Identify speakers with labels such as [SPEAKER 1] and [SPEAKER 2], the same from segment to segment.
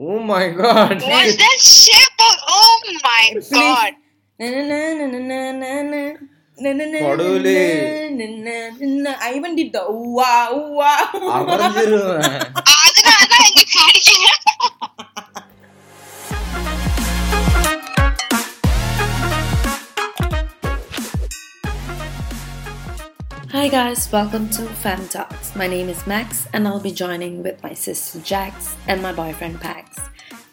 [SPEAKER 1] Oh my god.
[SPEAKER 2] Was that shit? bu- Oh my god.
[SPEAKER 1] கடவுளே.
[SPEAKER 3] I even did ooh ah ooh ah
[SPEAKER 1] அமர்ந்துருவேன்
[SPEAKER 2] Ah, அதனால தான் எனக்கு பிடிக்கல
[SPEAKER 4] Hi guys, welcome to Fem Talks. My name is Max, and I'll be joining with my sister Jax and my boyfriend Pax.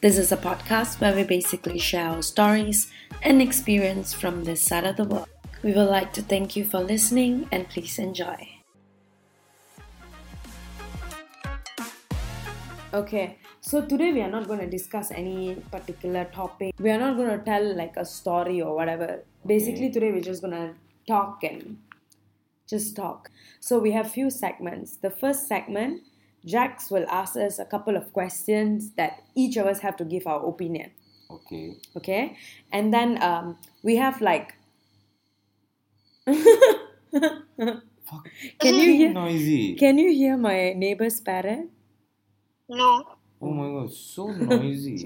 [SPEAKER 4] This is a podcast where we basically share our stories and experience from this side of the world. We would like to thank you for listening and please enjoy.
[SPEAKER 3] Okay, so today we are not going to discuss any particular topic. We are not going to tell like a story or whatever. Basically, today we're just going to talk and just talk. So we have few segments. The first segment, Jax will ask us a couple of questions that each of us have to give our opinion.
[SPEAKER 1] Okay
[SPEAKER 3] Okay, and then um, we have like. Can you hear?
[SPEAKER 1] noisy
[SPEAKER 3] Can you hear my neighbor's parrot?
[SPEAKER 2] No.
[SPEAKER 1] oh my god so noisy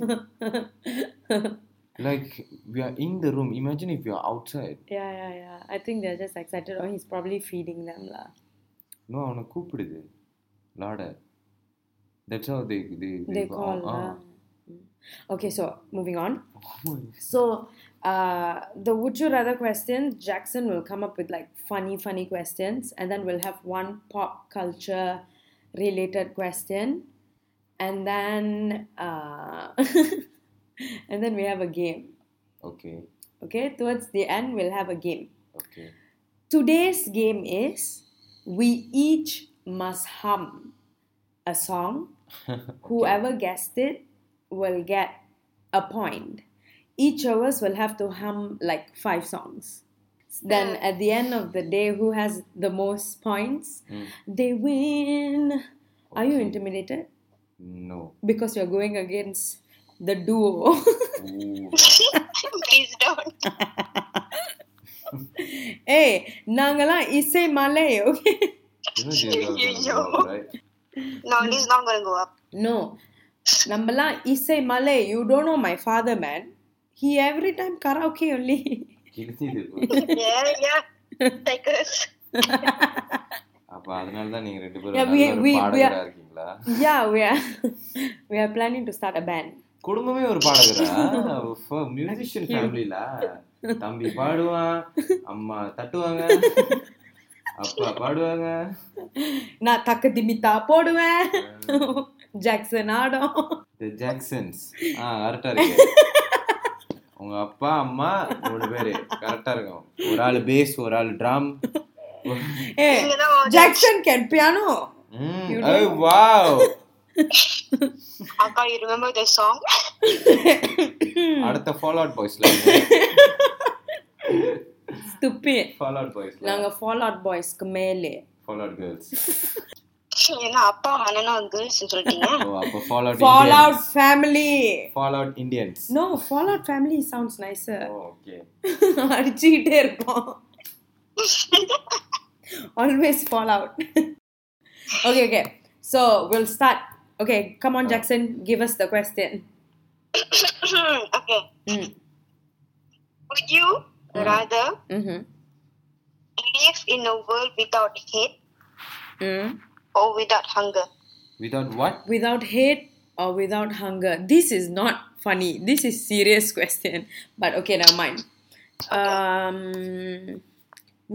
[SPEAKER 1] like we are in the room imagine if you are outside
[SPEAKER 3] Yeah, yeah, yeah. I think they're just excited, or he's probably feeding them, lah.
[SPEAKER 1] no அவனை கூப்பிடுது லாட that's how they they
[SPEAKER 3] They call.
[SPEAKER 1] ah.
[SPEAKER 3] lah. Oh. Okay, so moving on.
[SPEAKER 1] Oh my God.
[SPEAKER 3] So, uh, the would you rather question, Jackson will come up with like funny, funny questions, and then we'll have one pop culture related question, and then uh, and then we have a game.
[SPEAKER 1] okay
[SPEAKER 3] Okay, towards the end, we'll have a game.
[SPEAKER 1] okay
[SPEAKER 3] Today's game is we each must hum a song. Whoever guessed it will get a point. Each of us will have to hum like five songs. Then at the end of the day, who has the most points,
[SPEAKER 1] Mm.
[SPEAKER 3] they win. Are you
[SPEAKER 1] Okay.
[SPEAKER 3] intimidated?
[SPEAKER 1] no
[SPEAKER 3] Because you're going against the duo.
[SPEAKER 1] Ooh.
[SPEAKER 2] Please don't.
[SPEAKER 3] hey, Nangala Ise Malay, okay?
[SPEAKER 1] You know they are gonna
[SPEAKER 2] Yo.
[SPEAKER 1] go, right?
[SPEAKER 2] No, this is not gonna go up.
[SPEAKER 3] No. Nambala Isai Malay, you don't know my father, man. He every time karaoke only.
[SPEAKER 1] கிழிச்சிது.
[SPEAKER 2] Yeah, yeah. Like us.
[SPEAKER 1] அப்ப அதனாலதான் நீங்க ரெண்டு பேரும்
[SPEAKER 3] Yeah, we-
[SPEAKER 1] நல்ல ஒரு
[SPEAKER 3] we- we are-
[SPEAKER 1] பாடகரா இருக்கீங்களா?
[SPEAKER 3] yeah, we are we are planning to start a band.
[SPEAKER 1] குடும்பமே ஒரு பாடகரா மியூசிஷியன் ஃபேமிலில தம்பி பாடுவான் அம்மா தட்டுவாங்க அப்பா பாடுவாங்க
[SPEAKER 3] நான் தக்க திமித்தா போடுவேன் ஜாக்சன் ஆடும்
[SPEAKER 1] தி ஜாக்சன்ஸ் ஆ கரெக்டா இருக்கு உங்க அப்பா அம்மா மூணு பேரு கரெக்டா இருக்கும் ஒரு ஆள் பேஸ் ஒரு ஆள் ட்ரம்
[SPEAKER 3] ஏ
[SPEAKER 2] நீங்க தான் ஓடு.
[SPEAKER 3] Jackson can piano
[SPEAKER 1] wow
[SPEAKER 2] Akka, you remember the song?
[SPEAKER 1] அடுத்த ஃபாலோ அவுட் பாய்ஸ்ல
[SPEAKER 3] ஸ்துப்பி
[SPEAKER 1] ஃபாலோ அவுட் பாய்ஸ்ல
[SPEAKER 3] நாங்க ஃபால் அவுட் பாய்ஸ்க்கு மேலே
[SPEAKER 1] ஃபாலோ அவுட் கேர்ள்ஸ்
[SPEAKER 2] ஏன்னா அப்பா அண்ணனும் கேர்ள்ஸ் சொல்லிட்டீங்க
[SPEAKER 1] ஓ அப்ப follow out
[SPEAKER 3] fall out family
[SPEAKER 1] follow out Indians
[SPEAKER 3] no fall out family sounds nicer
[SPEAKER 1] okay
[SPEAKER 3] அடிச்சுக்கிட்டே இருப்போம் always fall out okay okay so will start okay come on Jackson give us the question
[SPEAKER 2] okay.
[SPEAKER 3] Mm,
[SPEAKER 2] Would you rather
[SPEAKER 3] mm-hmm,
[SPEAKER 2] live in a world without hate
[SPEAKER 3] mm.
[SPEAKER 2] or without hunger?
[SPEAKER 1] Without what
[SPEAKER 3] without hate or without hunger this is not funny this is serious question but okay now mind Um,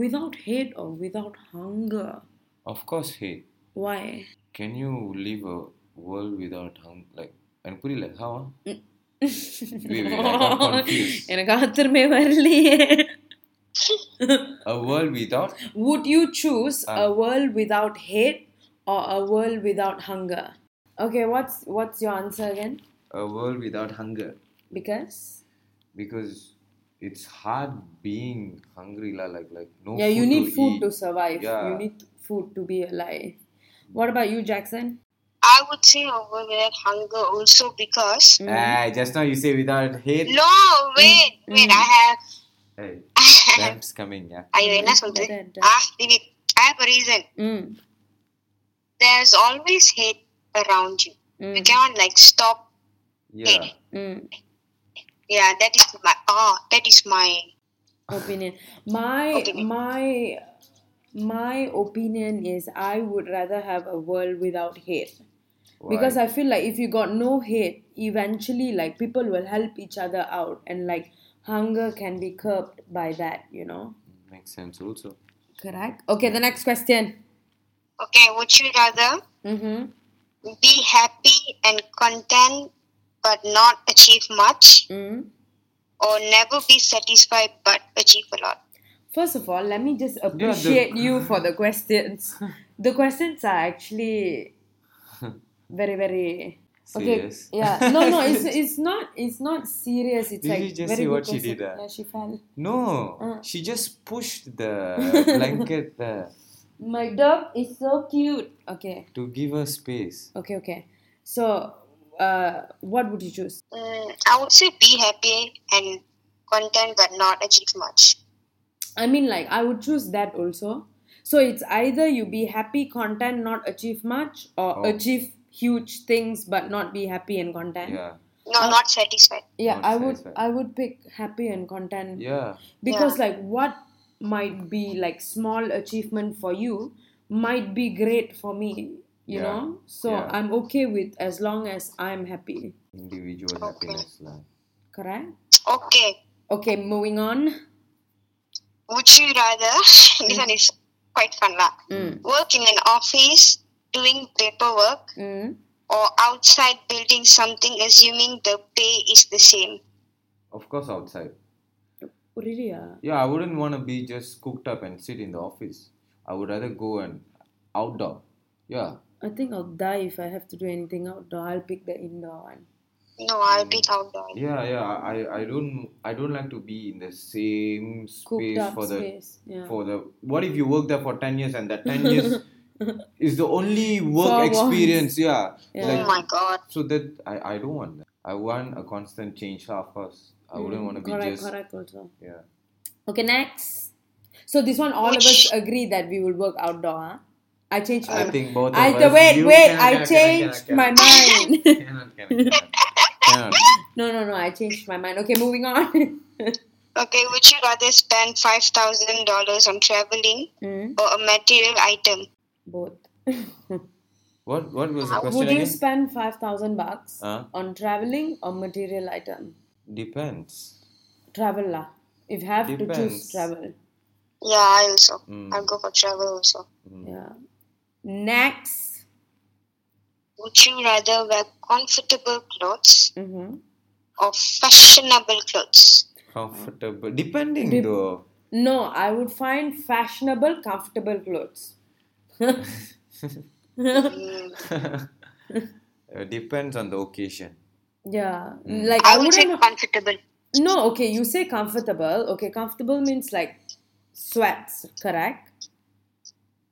[SPEAKER 3] without hate or without hunger
[SPEAKER 1] Of course, hey,
[SPEAKER 3] why
[SPEAKER 1] can you live a world without hunger? Like, and put it like how?
[SPEAKER 3] Mm-hmm.
[SPEAKER 1] ah? wait, wait, I got confused.
[SPEAKER 3] எனக்கு ஆத்திரமே வரலையே
[SPEAKER 1] A world without
[SPEAKER 3] Would you choose
[SPEAKER 1] Ah.
[SPEAKER 3] a world without hate or a world without hunger? Okay, what's what's your answer again?
[SPEAKER 1] a world without hunger
[SPEAKER 3] Because
[SPEAKER 1] because it's hard being hungry la like like no
[SPEAKER 3] yeah, you
[SPEAKER 1] food
[SPEAKER 3] need
[SPEAKER 1] to
[SPEAKER 3] food
[SPEAKER 1] eat.
[SPEAKER 3] to survive.
[SPEAKER 1] Yeah.
[SPEAKER 3] You need food to be alive. What about you, Jackson?
[SPEAKER 2] I would say a world without hunger also because
[SPEAKER 1] Ah, just now you say without hate.
[SPEAKER 2] No, wait, wait, I have
[SPEAKER 1] Hey, that's coming. Yeah.
[SPEAKER 2] ஐயோ என்ன சொல்றது
[SPEAKER 3] that-
[SPEAKER 2] ah leave it. I have a reason.
[SPEAKER 3] Mm.
[SPEAKER 2] There's always hate around you. You cannot like stop
[SPEAKER 1] Yeah.
[SPEAKER 4] Mm,
[SPEAKER 2] Yeah, that is my oh, that is my
[SPEAKER 3] opinion. My
[SPEAKER 2] Opinion.
[SPEAKER 3] my my opinion is I would rather have a world without hate. because
[SPEAKER 1] Why?
[SPEAKER 3] i feel like if you got no hate eventually like people will help each other out and like hunger can be curbed by that you know
[SPEAKER 1] makes sense also.
[SPEAKER 3] correct okay the next question
[SPEAKER 2] okay. Would you rather
[SPEAKER 3] mm-hmm.
[SPEAKER 2] be happy and content but not achieve much,
[SPEAKER 3] mm.
[SPEAKER 2] or never be satisfied but achieve a lot?
[SPEAKER 3] first of all let me just appreciate you for the questions the questions are actually very very
[SPEAKER 1] Serious.
[SPEAKER 3] okay yeah no no it's, it's not it's not serious it's
[SPEAKER 1] Did
[SPEAKER 3] like
[SPEAKER 1] you just
[SPEAKER 3] very
[SPEAKER 1] see
[SPEAKER 3] good
[SPEAKER 1] what she
[SPEAKER 3] question.
[SPEAKER 1] did, ah?
[SPEAKER 3] yeah she fell
[SPEAKER 1] No,
[SPEAKER 3] Uh.
[SPEAKER 1] she just pushed the blanket there
[SPEAKER 3] my dog is so cute okay
[SPEAKER 1] to give her space.
[SPEAKER 3] Okay, okay. So, uh, what would you choose?
[SPEAKER 2] Mm, I would say be happy and content but not achieve much.
[SPEAKER 3] I mean, like, I would choose that also. So, it's either you be happy, content, not achieve much, or
[SPEAKER 1] Oh.
[SPEAKER 3] achieve huge things but not be happy and content.
[SPEAKER 1] Yeah,
[SPEAKER 2] No, not satisfied.
[SPEAKER 3] Yeah,
[SPEAKER 1] Not
[SPEAKER 3] I would
[SPEAKER 1] satisfied.
[SPEAKER 3] I would pick happy and content
[SPEAKER 1] yeah,
[SPEAKER 3] because
[SPEAKER 2] Yeah.
[SPEAKER 3] like what might be like small achievement for you might be great for me, you
[SPEAKER 1] Yeah.
[SPEAKER 3] know? So,
[SPEAKER 1] Yeah.
[SPEAKER 3] I'm okay with as long as I'm happy.
[SPEAKER 1] individual
[SPEAKER 2] Okay.
[SPEAKER 1] happiness. lah.
[SPEAKER 3] Correct?
[SPEAKER 2] Okay.
[SPEAKER 3] Okay, moving on.
[SPEAKER 2] Would you rather? this one is quite fun, lah.
[SPEAKER 3] Mm.
[SPEAKER 2] Work in an office doing paperwork
[SPEAKER 3] Mm.
[SPEAKER 2] or outside building something, assuming the pay is the same.
[SPEAKER 1] Of course, outside.
[SPEAKER 3] Oh, really? Yeah.
[SPEAKER 1] Yeah, I wouldn't want to be just cooked up and sit in the office. I would rather go and outdoor. Yeah,
[SPEAKER 3] I think I'll die if I have to do anything outdoor. I'll pick the indoor one.
[SPEAKER 2] No, I'll be outdoor.
[SPEAKER 1] yeah, yeah. I, I don't, I don't like to be in the same
[SPEAKER 3] Cooked
[SPEAKER 1] space
[SPEAKER 3] up
[SPEAKER 1] for the
[SPEAKER 3] space. Yeah.
[SPEAKER 1] for the. What if you work there for ten years and that ten years is the only work
[SPEAKER 3] For once.
[SPEAKER 1] experience? Yeah,
[SPEAKER 2] Oh
[SPEAKER 3] Yeah.
[SPEAKER 2] my god.
[SPEAKER 1] so that I, I don't want that. I want a constant change. lah, Of course, I wouldn't
[SPEAKER 3] Mm,
[SPEAKER 1] want to be
[SPEAKER 3] correct,
[SPEAKER 1] just
[SPEAKER 3] correct also.
[SPEAKER 1] yeah.
[SPEAKER 3] Okay, next. So this one, all of us uh, agree that we will work outdoor. Huh? I changed
[SPEAKER 1] I
[SPEAKER 3] my.
[SPEAKER 1] think both
[SPEAKER 3] I
[SPEAKER 1] of us.
[SPEAKER 3] wait,
[SPEAKER 1] you
[SPEAKER 3] wait.
[SPEAKER 1] cannot,
[SPEAKER 3] I
[SPEAKER 1] cannot,
[SPEAKER 3] changed
[SPEAKER 1] cannot,
[SPEAKER 3] my mind.
[SPEAKER 1] cannot, cannot, cannot, cannot.
[SPEAKER 3] no, no, no. I changed my mind. Okay, moving on.
[SPEAKER 2] Okay, would you rather spend five thousand dollars on traveling
[SPEAKER 3] Mm,
[SPEAKER 2] or a material item?
[SPEAKER 3] both.
[SPEAKER 1] What what was the question
[SPEAKER 3] Would you
[SPEAKER 1] again?
[SPEAKER 3] spend five thousand bucks
[SPEAKER 1] Huh?
[SPEAKER 3] on traveling or material item?
[SPEAKER 1] Depends.
[SPEAKER 3] Travel lah. If have to choose
[SPEAKER 1] Depends.
[SPEAKER 3] travel.
[SPEAKER 2] Yeah, I also.
[SPEAKER 1] Mm.
[SPEAKER 2] I'll go for travel also.
[SPEAKER 1] Hmm.
[SPEAKER 3] Yeah. Next.
[SPEAKER 2] Would you rather wear comfortable clothes
[SPEAKER 3] Mm-hmm.
[SPEAKER 2] or fashionable clothes?
[SPEAKER 1] Comfortable. Depending
[SPEAKER 3] Dep-
[SPEAKER 1] though.
[SPEAKER 3] No, I would find fashionable, comfortable clothes.
[SPEAKER 1] Uh, depends on the occasion.
[SPEAKER 3] Yeah, like I,
[SPEAKER 2] I would say
[SPEAKER 3] wouldn't.
[SPEAKER 2] comfortable.
[SPEAKER 3] No, okay, you say comfortable. Okay, comfortable means like sweats, correct?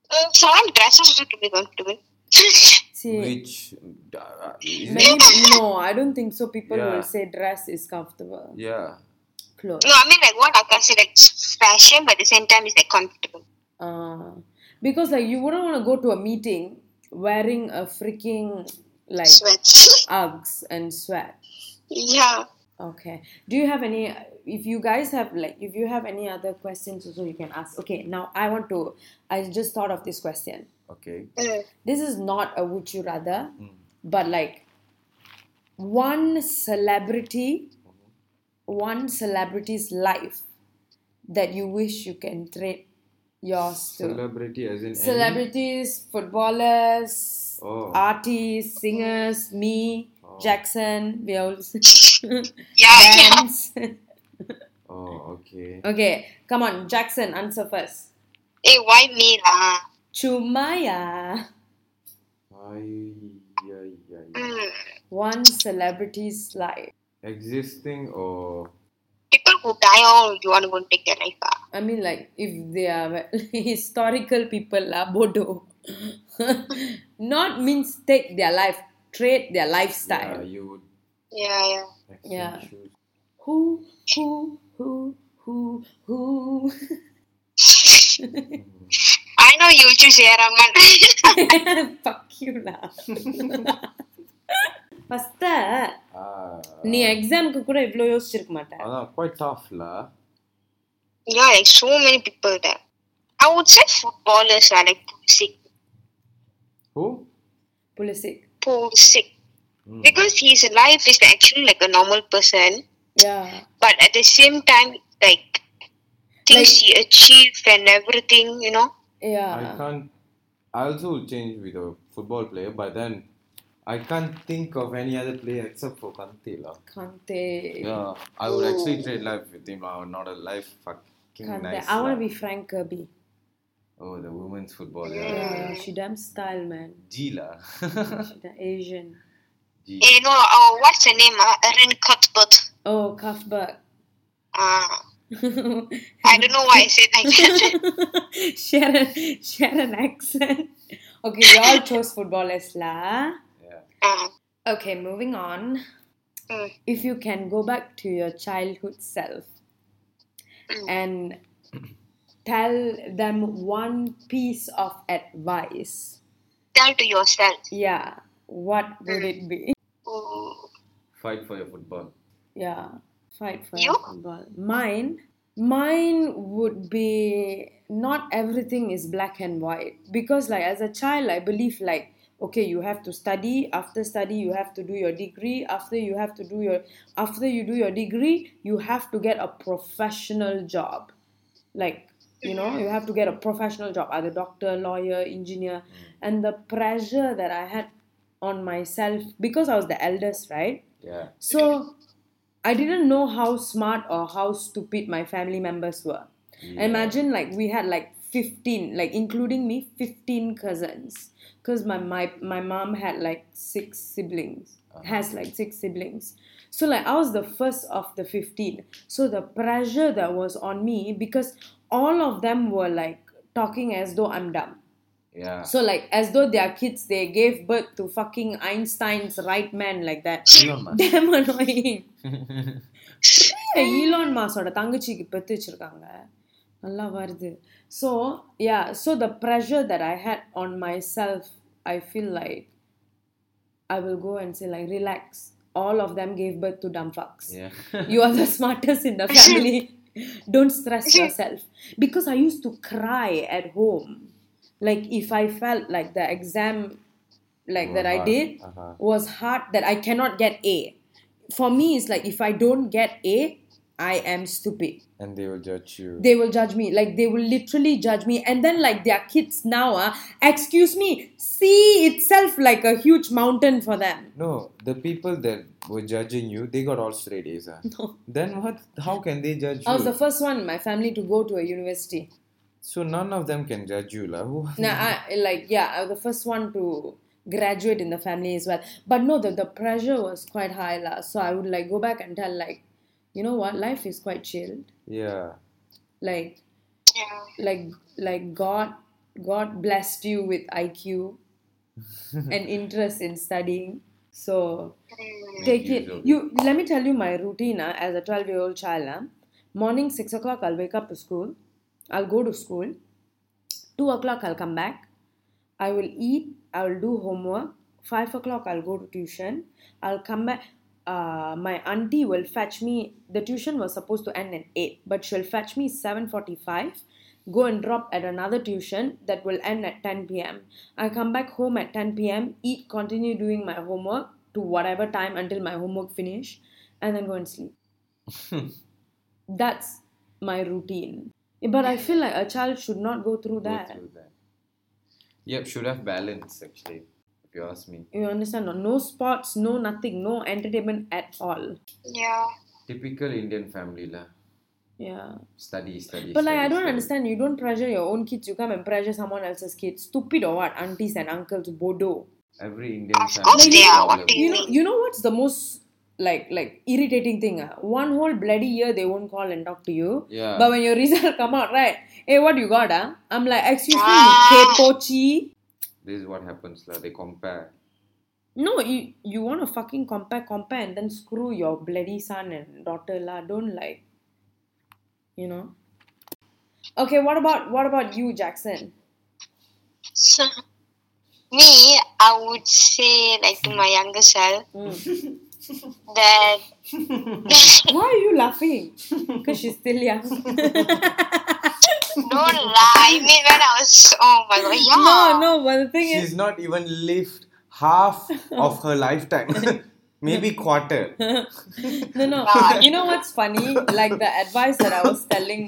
[SPEAKER 2] Uh, someone dresses to be comfortable.
[SPEAKER 3] See,
[SPEAKER 1] Which uh, is it?
[SPEAKER 3] many, no, I don't think so. People
[SPEAKER 1] Yeah.
[SPEAKER 3] will say dress is comfortable.
[SPEAKER 1] yeah.
[SPEAKER 3] Clothes.
[SPEAKER 2] No, I mean like what I consider it's fashion, but at the same time it's like comfortable.
[SPEAKER 3] Uh, because like you wouldn't want to go to a meeting wearing a freaking like
[SPEAKER 2] Sweats.
[SPEAKER 3] Uggs and sweat.
[SPEAKER 2] yeah.
[SPEAKER 3] Okay. Do you have any? If you guys have like, if you have any other questions, also you can ask. Okay. Now I want to. I just thought of this question.
[SPEAKER 1] Okay.
[SPEAKER 2] Mm.
[SPEAKER 3] This is not a would you rather,
[SPEAKER 1] Mm.
[SPEAKER 3] but like one celebrity, one celebrity's life that you wish you can trade yours to.
[SPEAKER 1] Celebrity as in any-
[SPEAKER 3] Celebrities, footballers,
[SPEAKER 1] Oh.
[SPEAKER 3] artists, singers, me,
[SPEAKER 1] Oh.
[SPEAKER 3] Jackson, we all
[SPEAKER 2] Yeah, yeah.
[SPEAKER 3] bands.
[SPEAKER 1] Oh, okay.
[SPEAKER 3] Okay, come on, Jackson, answer first.
[SPEAKER 2] Hey, why me lah?
[SPEAKER 3] Chumaya.
[SPEAKER 1] Ay, ay, ay, ay.
[SPEAKER 2] Mm.
[SPEAKER 3] One celebrity's life.
[SPEAKER 1] Existing or
[SPEAKER 2] People who die all you wanna go and take their life ah.
[SPEAKER 3] I mean, like, if they are historical people, la bodo. Not means take their life, trade their
[SPEAKER 1] yeah,
[SPEAKER 3] lifestyle.
[SPEAKER 1] you would
[SPEAKER 2] Yeah, yeah.
[SPEAKER 1] exchange
[SPEAKER 3] Yeah.
[SPEAKER 1] shoes.
[SPEAKER 3] Who, who, who, who, who?
[SPEAKER 2] I know you choose yeah, Rahman.
[SPEAKER 3] Fuck you, lah. Faster.
[SPEAKER 1] Ah,
[SPEAKER 3] நீ எக்ஸாம்க்கு கூட இவ்வளோ யோசிச்சிருக்க மாட்டேன்
[SPEAKER 1] அதான் quite tough-la.
[SPEAKER 2] Yeah, like so many people there. I would say footballers are like Pulisic.
[SPEAKER 1] Who?
[SPEAKER 3] Pulisic
[SPEAKER 2] Pulisic.
[SPEAKER 1] Mm.
[SPEAKER 2] Because his life is actually like a normal person,
[SPEAKER 3] yeah
[SPEAKER 2] but at the same time, like things he achieved and everything, you know.
[SPEAKER 3] Yeah
[SPEAKER 1] I can't. I also would change with a football player, but then I can't think of any other player except for Kante. la.
[SPEAKER 3] Kante
[SPEAKER 1] Yeah, I would actually trade life with him. I would not a life fucking
[SPEAKER 3] Kante
[SPEAKER 1] nice.
[SPEAKER 3] I want
[SPEAKER 1] la.
[SPEAKER 3] Be frank கபி
[SPEAKER 1] Oh, the women's football. Yeah.
[SPEAKER 3] Yeah, she damn style, man.
[SPEAKER 1] G la.
[SPEAKER 3] She damn Asian.
[SPEAKER 1] G.
[SPEAKER 2] You know, uh, what's her name? Uh, Erin Cuthbert.
[SPEAKER 3] Oh, Cuthbert.
[SPEAKER 2] Uh, I don't know why I said like that.
[SPEAKER 3] share, a, share an accent. Okay, we all chose footballers, lah.
[SPEAKER 1] Yeah.
[SPEAKER 2] Uh,
[SPEAKER 4] Okay, moving on.
[SPEAKER 2] mm,
[SPEAKER 3] If you can go back to your childhood self and tell them one piece of advice,
[SPEAKER 2] tell to yourself.
[SPEAKER 3] yeah, what would it be?
[SPEAKER 2] Ooh.
[SPEAKER 1] Fight for your football.
[SPEAKER 3] Yeah, fight for
[SPEAKER 2] You?
[SPEAKER 3] football. Mine, mine would be not everything is black and white because, like, as a child, I believe like okay, you have to study. After study, you have to do your degree. After you have to do your after you do your degree, you have to get a professional job. Like you know, you have to get a professional job, either doctor, lawyer, engineer, and the pressure that I had on myself because I was the eldest, right?
[SPEAKER 1] Yeah.
[SPEAKER 3] So I didn't know how smart or how stupid my family members were. Imagine like we had like 15, like including me, 15 cousins. Because my, my my mom had like six siblings. Has like six siblings. So like I was the first of the 15. So the pressure that was on me because all of them were like talking as though I'm dumb.
[SPEAKER 1] Yeah.
[SPEAKER 3] So like as though their kids they gave birth to fucking Einstein's right man like that.
[SPEAKER 1] Elon Musk.
[SPEAKER 3] Damn annoying Elon மாஸோட தங்கச்சிக்கு பெத்து வச்சிருக்காங்க நல்லா வருது so yeah so the pressure that I had on my self I feel like I will go and say like relax all of them gave birth to டம் fucks
[SPEAKER 1] Yeah.
[SPEAKER 3] you are the smartest in the family. Don't stress yourself. Because I used to cry at home. Like if I felt like the exam like that I
[SPEAKER 1] hard.
[SPEAKER 3] did
[SPEAKER 1] Uh-huh.
[SPEAKER 3] was hard that I cannot get A. For me it's like if I don't get A, I am stupid.
[SPEAKER 1] and they will judge you.
[SPEAKER 3] They will judge me. Like they will literally judge me. And then like their kids now are excuse me, see itself like a huge mountain for them.
[SPEAKER 1] No, the people that were judging you, they got all straight A's. ah. Then what? How can they judge
[SPEAKER 3] I was
[SPEAKER 1] you?
[SPEAKER 3] the first one in my family to go to a university.
[SPEAKER 1] so none of them can judge you, lah. Who?
[SPEAKER 3] No, I like yeah, I was the first one to graduate in the family as well. But no, the, the pressure was quite high la. So I would like go back and tell like, you know what, life is quite chilled.
[SPEAKER 1] Yeah.
[SPEAKER 3] Like
[SPEAKER 2] Yeah.
[SPEAKER 3] like like God God blessed you with IQ and interest in studying. So
[SPEAKER 2] hmm,
[SPEAKER 3] take
[SPEAKER 1] use
[SPEAKER 3] it.
[SPEAKER 1] of it.
[SPEAKER 3] You let me tell you my routine ah, as a twelve year old child. ah. Morning six o'clock I'll wake up to school. I'll go to school. Two o'clock I'll come back. I will eat. I will do homework. Five o'clock I'll go to tuition. I'll come back. Uh, my auntie will fetch me. The tuition was supposed to end at eight, but she'll fetch me seven forty-five. Go and drop at another tuition that will end at 10 p.m. I come back home at 10 p.m. Eat, continue doing my homework to whatever time until my homework finish, and then go and sleep that's my routine but i feel like a child should not go through
[SPEAKER 1] Go
[SPEAKER 3] that
[SPEAKER 1] through that. Yep, should have balance actually. If you ask me,
[SPEAKER 3] you understand no, no sports no nothing no entertainment at all
[SPEAKER 2] Yeah.
[SPEAKER 1] typical Indian family, lah.
[SPEAKER 3] yeah
[SPEAKER 1] Study, study.
[SPEAKER 3] but like
[SPEAKER 1] study,
[SPEAKER 3] i don't
[SPEAKER 1] study.
[SPEAKER 3] understand you don't pressure your own kids you come and pressure someone else's kids stupid or what aunties and uncles bodo
[SPEAKER 1] Every Indian
[SPEAKER 2] Of
[SPEAKER 1] family.
[SPEAKER 2] course
[SPEAKER 1] has
[SPEAKER 2] they
[SPEAKER 1] a
[SPEAKER 2] are. What
[SPEAKER 1] problem.
[SPEAKER 2] do
[SPEAKER 3] you know you know what's the most like like irritating thing ah? one whole bloody year they won't call and talk to you
[SPEAKER 1] Yeah.
[SPEAKER 3] but when your result come out right hey what you got ah? i'm like excuse me you kepochi
[SPEAKER 1] This is what happens, lah. They compare.
[SPEAKER 3] No, you you want to fucking compare, compare, and then screw your bloody son and daughter la. Don't like, you know. Okay, what about what about you, Jackson?
[SPEAKER 2] So,
[SPEAKER 3] Hmm.
[SPEAKER 2] me, I would say like to my younger self, that
[SPEAKER 3] Why are you laughing? Because she's still young.
[SPEAKER 2] don't lie. I mean, when I was oh my god, yeah.
[SPEAKER 3] No, no, but the thing
[SPEAKER 1] She's
[SPEAKER 3] is,
[SPEAKER 1] not even lived half of her lifetime. Maybe quarter.
[SPEAKER 3] no, no.
[SPEAKER 2] Nah.
[SPEAKER 3] You know what's funny? Like the advice that I was telling,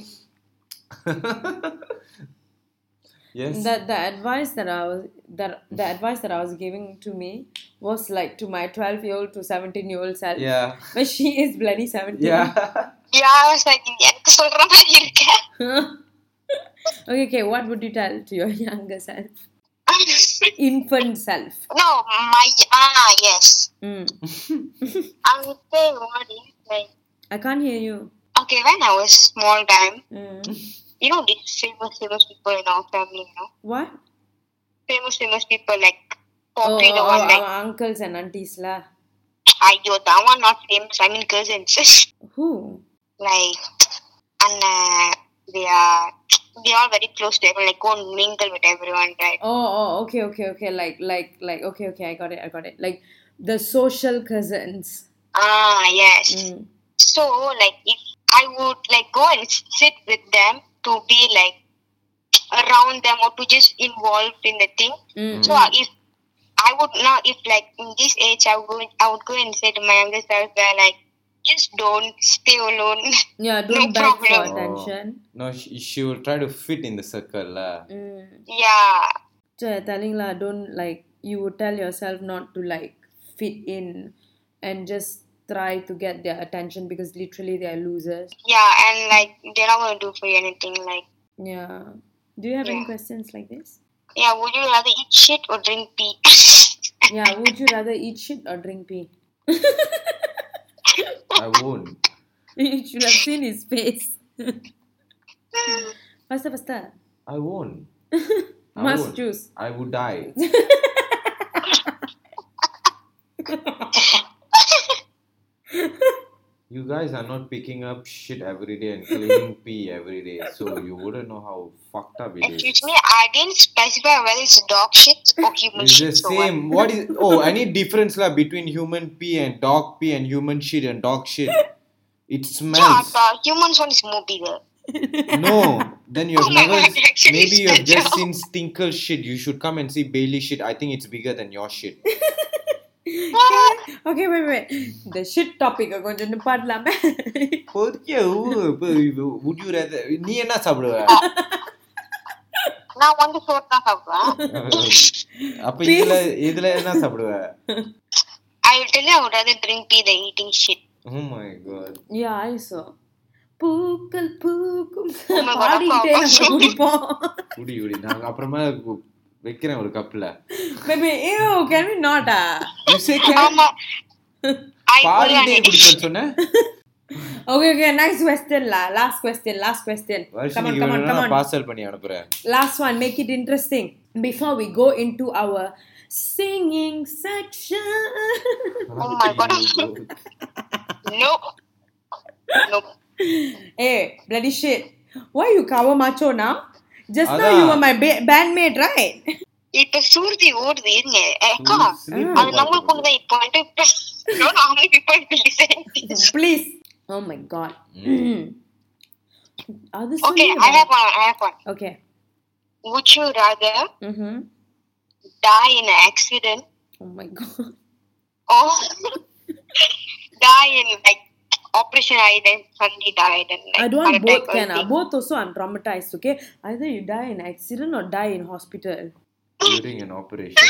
[SPEAKER 1] Yes.
[SPEAKER 3] that the advice that I was that the advice that I was giving to me was like to my twelve-year-old to seventeen-year-old self.
[SPEAKER 1] yeah.
[SPEAKER 3] But she is bloody seventeen.
[SPEAKER 1] Yeah.
[SPEAKER 2] Yeah, I was like, எனக்கு சொல்ற மாதிரி இருக்க
[SPEAKER 3] okay, okay. What would you tell to your younger self, infant self?
[SPEAKER 2] no, my ah yes.
[SPEAKER 3] Mm.
[SPEAKER 2] I would say what is like
[SPEAKER 3] I can't hear you.
[SPEAKER 2] okay when I was small time,
[SPEAKER 3] Mm.
[SPEAKER 2] you know these famous famous people in our family, you know
[SPEAKER 3] What?
[SPEAKER 2] famous famous people like
[SPEAKER 3] Oh,
[SPEAKER 2] popular
[SPEAKER 3] oh,
[SPEAKER 2] one
[SPEAKER 3] our
[SPEAKER 2] like
[SPEAKER 3] uncles and aunties lah.
[SPEAKER 2] ஐயோ that one not famous I mean cousins
[SPEAKER 3] Who?
[SPEAKER 2] like and uh, they are they are very close to everyone like go and mingle with everyone right
[SPEAKER 3] Oh, oh, okay, okay, okay. Like, like, like. Okay, okay. I got it. I got it. Like the social cousins.
[SPEAKER 2] ah yes
[SPEAKER 3] Mm.
[SPEAKER 2] so like if I would like go and sit with them to be like around them or to just involved in the thing
[SPEAKER 3] Mm.
[SPEAKER 2] So
[SPEAKER 1] Hmm.
[SPEAKER 2] if I would now, if like in this age, I would I would go and say to my younger self that like just don't stay alone.
[SPEAKER 3] Yeah, don't beg for
[SPEAKER 2] problem.
[SPEAKER 3] attention.
[SPEAKER 1] No, she, she will try to fit in the circle. lah.
[SPEAKER 3] Mm.
[SPEAKER 2] yeah,
[SPEAKER 3] So you're telling lah, don't like. You would tell yourself not to like fit in, and just try to get their attention because literally they are losers.
[SPEAKER 2] yeah, and like they're not gonna do for you anything. Like
[SPEAKER 3] Yeah. Do you have any
[SPEAKER 2] Yeah.
[SPEAKER 3] questions like this?
[SPEAKER 2] yeah, would you rather eat shit or drink pee?
[SPEAKER 3] Yeah. Would you rather eat shit or drink pee?
[SPEAKER 1] I won't.
[SPEAKER 3] You should have seen his face. faster, faster.
[SPEAKER 1] I won't. I
[SPEAKER 3] Must
[SPEAKER 1] won't.
[SPEAKER 3] choose.
[SPEAKER 1] I would die. you guys are not picking up shit every day and cleaning pee every day, so you wouldn't know how fucked up it is.
[SPEAKER 2] Excuse me, I didn't specify whether it's dog shit or human
[SPEAKER 1] It's the
[SPEAKER 2] shit. so what?
[SPEAKER 1] same. What is? Oh, any difference la between human pee and dog pee and human shit and dog shit? It
[SPEAKER 2] Yeah,
[SPEAKER 1] smells.
[SPEAKER 2] the humans one is more bigger.
[SPEAKER 1] No, then you have
[SPEAKER 2] Oh my
[SPEAKER 1] never.
[SPEAKER 2] God, I actually
[SPEAKER 1] Maybe you have
[SPEAKER 2] said
[SPEAKER 1] just
[SPEAKER 2] no.
[SPEAKER 1] seen Stinkle shit. You should come and see Bailey shit. I think it's bigger than your shit.
[SPEAKER 3] Okay, wait, wait. The shit topic கொஞ்சம் நிப்பாட்டலாமே
[SPEAKER 1] பொதிக்க ஊ- இப்ப இது would you rather- நீ என்ன சாப்பிடுவ
[SPEAKER 2] நான் வந்து சோறு தான் சாப்பிடுவேன்
[SPEAKER 1] அப்ப இதுல இதுல என்ன சாப்பிடுவ
[SPEAKER 2] I will tell you I would rather drink pee than eating shit
[SPEAKER 1] Oh my god.
[SPEAKER 3] Yeah ஐசோ பூக்கள் பூக்கும்
[SPEAKER 2] Oh my God,
[SPEAKER 3] பாடிட்டே
[SPEAKER 2] அப்பா,
[SPEAKER 3] நம்ம
[SPEAKER 2] அப்பா.
[SPEAKER 3] குடிப்போம்
[SPEAKER 1] குடி, குடி. நாங்க அப்புறமா கு- வைக்கிறேன் ஒரு கப்ல
[SPEAKER 3] பேபி ஐயோ can we not ah
[SPEAKER 1] You say can-
[SPEAKER 2] ஆமா ஐ
[SPEAKER 1] பாலிட்டே குடிக்க சொன்ன
[SPEAKER 3] ஓகே ஓகே நெக்ஸ்ட் கொஸ்டின் லா last question last question come
[SPEAKER 1] வருஷம்
[SPEAKER 3] on come on come on
[SPEAKER 1] parcel பண்ணி அனுப்புறேன்
[SPEAKER 3] Last one, make it interesting. Before we go into our singing section,
[SPEAKER 2] Oh my God. Nope. Nope.
[SPEAKER 3] hey, Eh, bloody shit! Why you cover macho now? Just now
[SPEAKER 1] அதான்.
[SPEAKER 3] you were my ba- bandmate, right?
[SPEAKER 2] இப்ப சூர்தி ஓடுது இருங்க அக்கா
[SPEAKER 1] சூர்தி
[SPEAKER 2] அது நம்மளுக்கு ஒண்ணுதான் இப்ப வந்துட்டு இப்ப no, no, how many people will listen?
[SPEAKER 3] Please. Oh my god. அது
[SPEAKER 2] Okay, I
[SPEAKER 3] சொல்லுங்க.
[SPEAKER 2] have one, I have one.
[SPEAKER 3] Okay.
[SPEAKER 2] Would you rather
[SPEAKER 3] Mm-hmm.
[SPEAKER 2] die in an accident
[SPEAKER 3] Oh my god.
[SPEAKER 2] or die in like operation item suddenly died and like
[SPEAKER 3] I don't want
[SPEAKER 2] heart
[SPEAKER 3] both
[SPEAKER 2] attack or
[SPEAKER 3] can. ah.
[SPEAKER 2] anything?
[SPEAKER 3] Both also I'm traumatized, okay? Either you die in accident or die in hospital.
[SPEAKER 1] During an operation.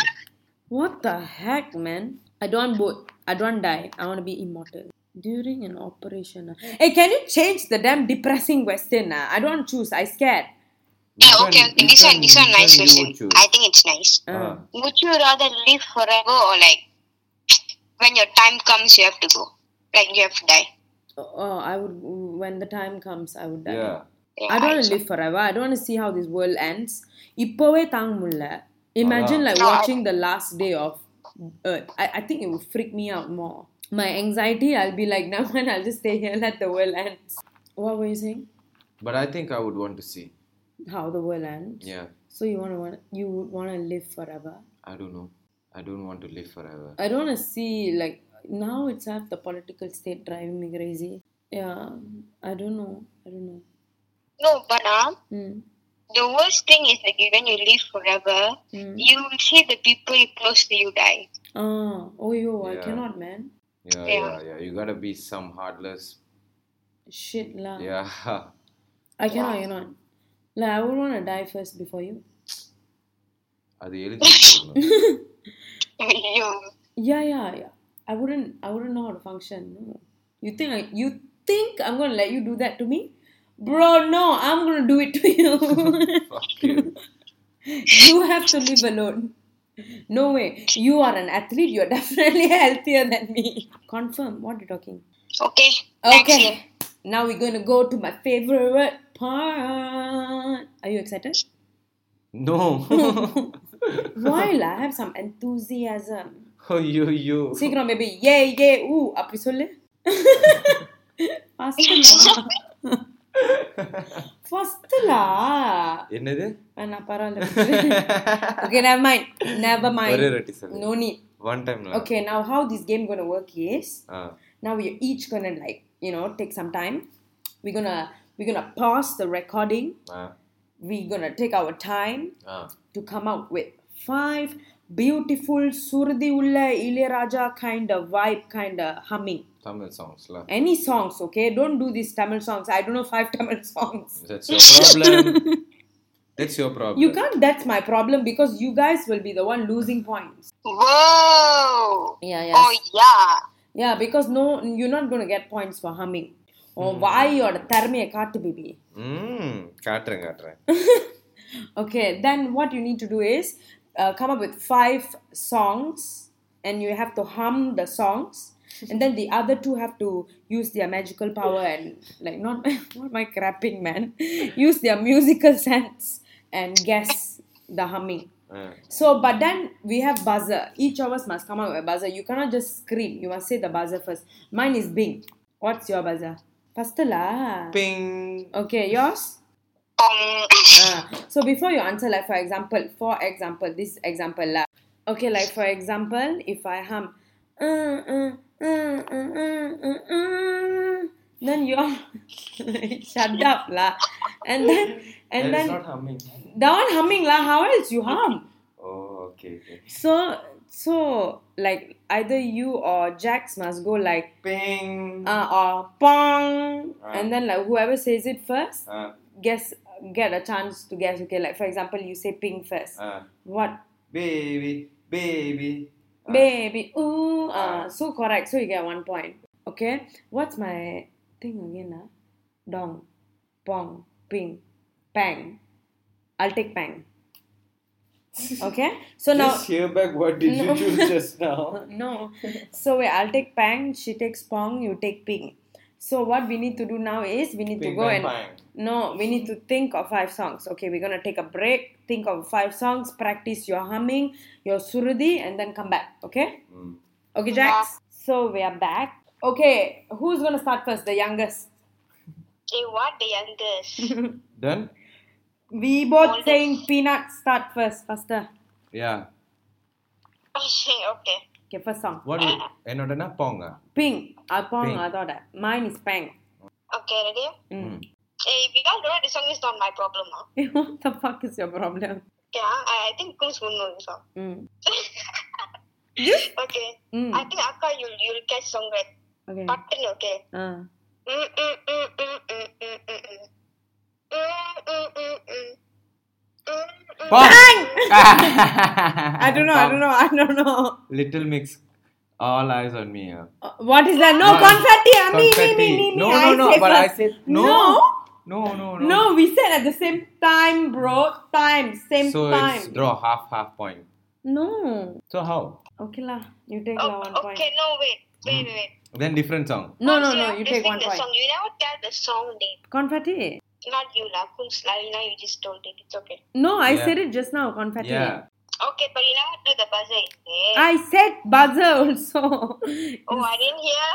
[SPEAKER 3] What the heck, man? I don't want both. I don't want die. I want to be immortal. During an operation. ah. Hey, can you change the damn depressing question? ah? I don't choose. I scared.
[SPEAKER 2] Yeah, okay, okay. This one, this one, nice
[SPEAKER 1] you
[SPEAKER 2] question.
[SPEAKER 1] would choose.
[SPEAKER 2] I think it's nice.
[SPEAKER 1] Ah.
[SPEAKER 3] Ah.
[SPEAKER 2] Would you rather live forever or like when your time comes you have to go? Like you have to die.
[SPEAKER 3] Oh, oh, I would. When the time comes, I would die.
[SPEAKER 1] Yeah.
[SPEAKER 2] Yeah,
[SPEAKER 3] I don't want
[SPEAKER 2] I-
[SPEAKER 3] to live forever. I don't want to see how this world ends. இப்போவே தாங்க முடியல Imagine like
[SPEAKER 2] No, I-
[SPEAKER 3] watching the last day of Earth. I, I think it would freak me out more. My anxiety, I'll be like, now mind, I'll just stay here, let the world end. What were you saying?
[SPEAKER 1] But I think I would want to see.
[SPEAKER 3] How the world ends?
[SPEAKER 1] Yeah.
[SPEAKER 3] So you wanna want you would wanna live forever.
[SPEAKER 1] I don't know. I don't want to live forever.
[SPEAKER 3] I don't wanna see like now itself the political state driving me crazy. Yeah, I don't know. I don't know.
[SPEAKER 2] No, but um,
[SPEAKER 3] Mm.
[SPEAKER 2] the worst thing is like when you live forever,
[SPEAKER 3] Mm.
[SPEAKER 2] you will see the people close to you die.
[SPEAKER 3] Ah, oh yo, I
[SPEAKER 1] Yeah.
[SPEAKER 3] cannot, man.
[SPEAKER 1] Yeah,
[SPEAKER 2] Yeah.
[SPEAKER 1] yeah, yeah. You gotta be some heartless.
[SPEAKER 3] Shit, lah.
[SPEAKER 1] Yeah.
[SPEAKER 3] I cannot, I cannot. Like, I would want to die first before you.
[SPEAKER 1] அது எழுதி வச்சுக்கணும்.
[SPEAKER 2] you,
[SPEAKER 3] Yeah, yeah, yeah. I wouldn't, I wouldn't know how to function. No. You think I, you think I'm gonna let you do that to me, bro? No, I'm gonna do it to you.
[SPEAKER 1] Fuck you.
[SPEAKER 3] you have to live alone. No way. You are an athlete. You're definitely healthier than me. Confirm. What are you talking?
[SPEAKER 2] okay?
[SPEAKER 3] Okay. Now we're gonna go to my favorite part. Are you excited?
[SPEAKER 1] No.
[SPEAKER 3] Why lah? I have some enthusiasm.
[SPEAKER 1] Oh, you, you.
[SPEAKER 3] சீக்கிரம் baby. Yay, yay, ooh. அப்படி சொல்லு. First lah. First lah.
[SPEAKER 1] என்னது
[SPEAKER 3] வேணாம், பரவாயில்ல, விட்டுரு. Okay, never mind. Never mind.
[SPEAKER 1] ஒரே ரொட்டி சொல்லு
[SPEAKER 3] No need.
[SPEAKER 1] ஒன் டைம்ல
[SPEAKER 3] Okay, now how this game gonna work is
[SPEAKER 1] ah
[SPEAKER 3] now we're each gonna like you know take some time we're gonna we're gonna pause the recording
[SPEAKER 1] ah
[SPEAKER 3] we're gonna take our time
[SPEAKER 1] ah
[SPEAKER 3] to come out with five beautiful surdi ulla ilayaraja kind of vibe kind of humming
[SPEAKER 1] Tamil சாங்ஸ்ல
[SPEAKER 3] any songs okay don't do these tamil songs i don't know five tamil songs
[SPEAKER 1] that's your problem that's your problem
[SPEAKER 3] you can't that's my problem because you guys will be the one losing points
[SPEAKER 2] Whoa!
[SPEAKER 3] yeah
[SPEAKER 2] Oh yeah.
[SPEAKER 3] yeah because no you're not gonna get points for humming Oh, or why your thermia kaatu baby
[SPEAKER 1] ம் காட்டுறேன் காட்டுறேன்
[SPEAKER 3] Okay, then what you need to do is uh, come up with five songs and you have to hum the songs. And then the other two have to use their magical power and, like, not, what am I crapping, man? Use their musical sense and guess the humming.
[SPEAKER 1] Ah
[SPEAKER 3] So, but then we have buzzer. Each of us must come up with a buzzer. You cannot just scream. You must say the buzzer first. Mine is Bing. What's your buzzer? Faster lah.
[SPEAKER 1] Ping
[SPEAKER 3] Okay, yours?
[SPEAKER 2] Um,
[SPEAKER 3] Ah, so before you answer, like for example, for example, this example lah. Okay, like for example, if I hum, uh, uh, uh, uh, uh, uh, uh, then you all shut up lah, and then and
[SPEAKER 1] it's
[SPEAKER 3] then
[SPEAKER 1] not humming
[SPEAKER 3] the one humming lah. How else you hum?
[SPEAKER 1] oh okay okay
[SPEAKER 3] So so like either you or Jax must go like
[SPEAKER 1] ping
[SPEAKER 3] uh, or pong, and then like whoever says it first
[SPEAKER 1] ah
[SPEAKER 3] guess get a chance to guess okay like for example you say ping first
[SPEAKER 1] ah Ah.
[SPEAKER 3] what
[SPEAKER 1] baby baby
[SPEAKER 3] baby ooh uh, so correct so you get one point okay what's my thing again ah? dong pong ping pang i'll take pang okay so now
[SPEAKER 1] just hear back what did you choose just now
[SPEAKER 3] no so wait i'll take pang she takes pong you take ping so what we need to do now is we need to
[SPEAKER 1] Ping,
[SPEAKER 3] go
[SPEAKER 1] pang,
[SPEAKER 3] and
[SPEAKER 1] pang.
[SPEAKER 3] no we need to think of five songs okay we're gonna take a break think of five songs practice your humming your surdi and then come back okay
[SPEAKER 1] Mm.
[SPEAKER 3] okay jax so we are back okay who's gonna start first the youngest
[SPEAKER 2] okay, what the youngest?
[SPEAKER 1] done
[SPEAKER 3] we both saying peanut start first uh, faster
[SPEAKER 1] yeah
[SPEAKER 2] okay, Oh, okay.
[SPEAKER 3] okay first song
[SPEAKER 1] what do- என்னோடனா போங்க
[SPEAKER 3] ping i pong
[SPEAKER 1] Ping.
[SPEAKER 3] i thought that mine is pang
[SPEAKER 2] Okay, ready?
[SPEAKER 1] Hmm.
[SPEAKER 3] Mm.
[SPEAKER 2] Hey, if you all don't know the song, it's not my problem. Huh?
[SPEAKER 3] what the fuck is your problem
[SPEAKER 2] Yeah, I, I think Kungs will know the song.
[SPEAKER 3] mm.
[SPEAKER 2] Okay.
[SPEAKER 3] Mm.
[SPEAKER 2] I think Akka, you'll, you'll catch song right.
[SPEAKER 3] okay
[SPEAKER 2] Button, okay?
[SPEAKER 3] uh.
[SPEAKER 2] Mm, mm, mm, mm, mm, mm, mm, mm. Mm, mm, mm, mm. Mm, mm,
[SPEAKER 1] Bang!
[SPEAKER 3] i don't know i don't know i don't know
[SPEAKER 1] Little Mix, all eyes on me. yeah.
[SPEAKER 3] Uh, what is that? No,
[SPEAKER 1] No,
[SPEAKER 3] confetti. I mean,
[SPEAKER 1] confetti.
[SPEAKER 3] Me, me, me, me.
[SPEAKER 1] No, no, no,
[SPEAKER 3] say
[SPEAKER 1] but I
[SPEAKER 3] first.
[SPEAKER 1] said no.
[SPEAKER 3] no.
[SPEAKER 1] No, no, no.
[SPEAKER 3] No, we said at the same time, bro. Time, same
[SPEAKER 1] so
[SPEAKER 3] time.
[SPEAKER 1] it's draw half half point.
[SPEAKER 3] no.
[SPEAKER 1] So how?
[SPEAKER 3] Okay lah. You take
[SPEAKER 2] Oh,
[SPEAKER 3] la one point. Mm.
[SPEAKER 2] okay, no, wait. Wait, wait, wait.
[SPEAKER 1] Then different song.
[SPEAKER 3] No, no,
[SPEAKER 2] Once
[SPEAKER 3] no.
[SPEAKER 2] have
[SPEAKER 3] You
[SPEAKER 2] to
[SPEAKER 3] take
[SPEAKER 2] sing
[SPEAKER 3] one
[SPEAKER 2] the
[SPEAKER 3] point.
[SPEAKER 2] Song, you never tell the song name.
[SPEAKER 3] Confetti.
[SPEAKER 2] Not you, lah. Kungs, lah. You know, you just told it. It's okay.
[SPEAKER 3] No, I
[SPEAKER 1] Yeah.
[SPEAKER 3] said it just now. Confetti.
[SPEAKER 1] Yeah.
[SPEAKER 2] Okay, but you never do the buzzer. eh?
[SPEAKER 3] I said buzzer also.
[SPEAKER 2] oh, I didn't hear.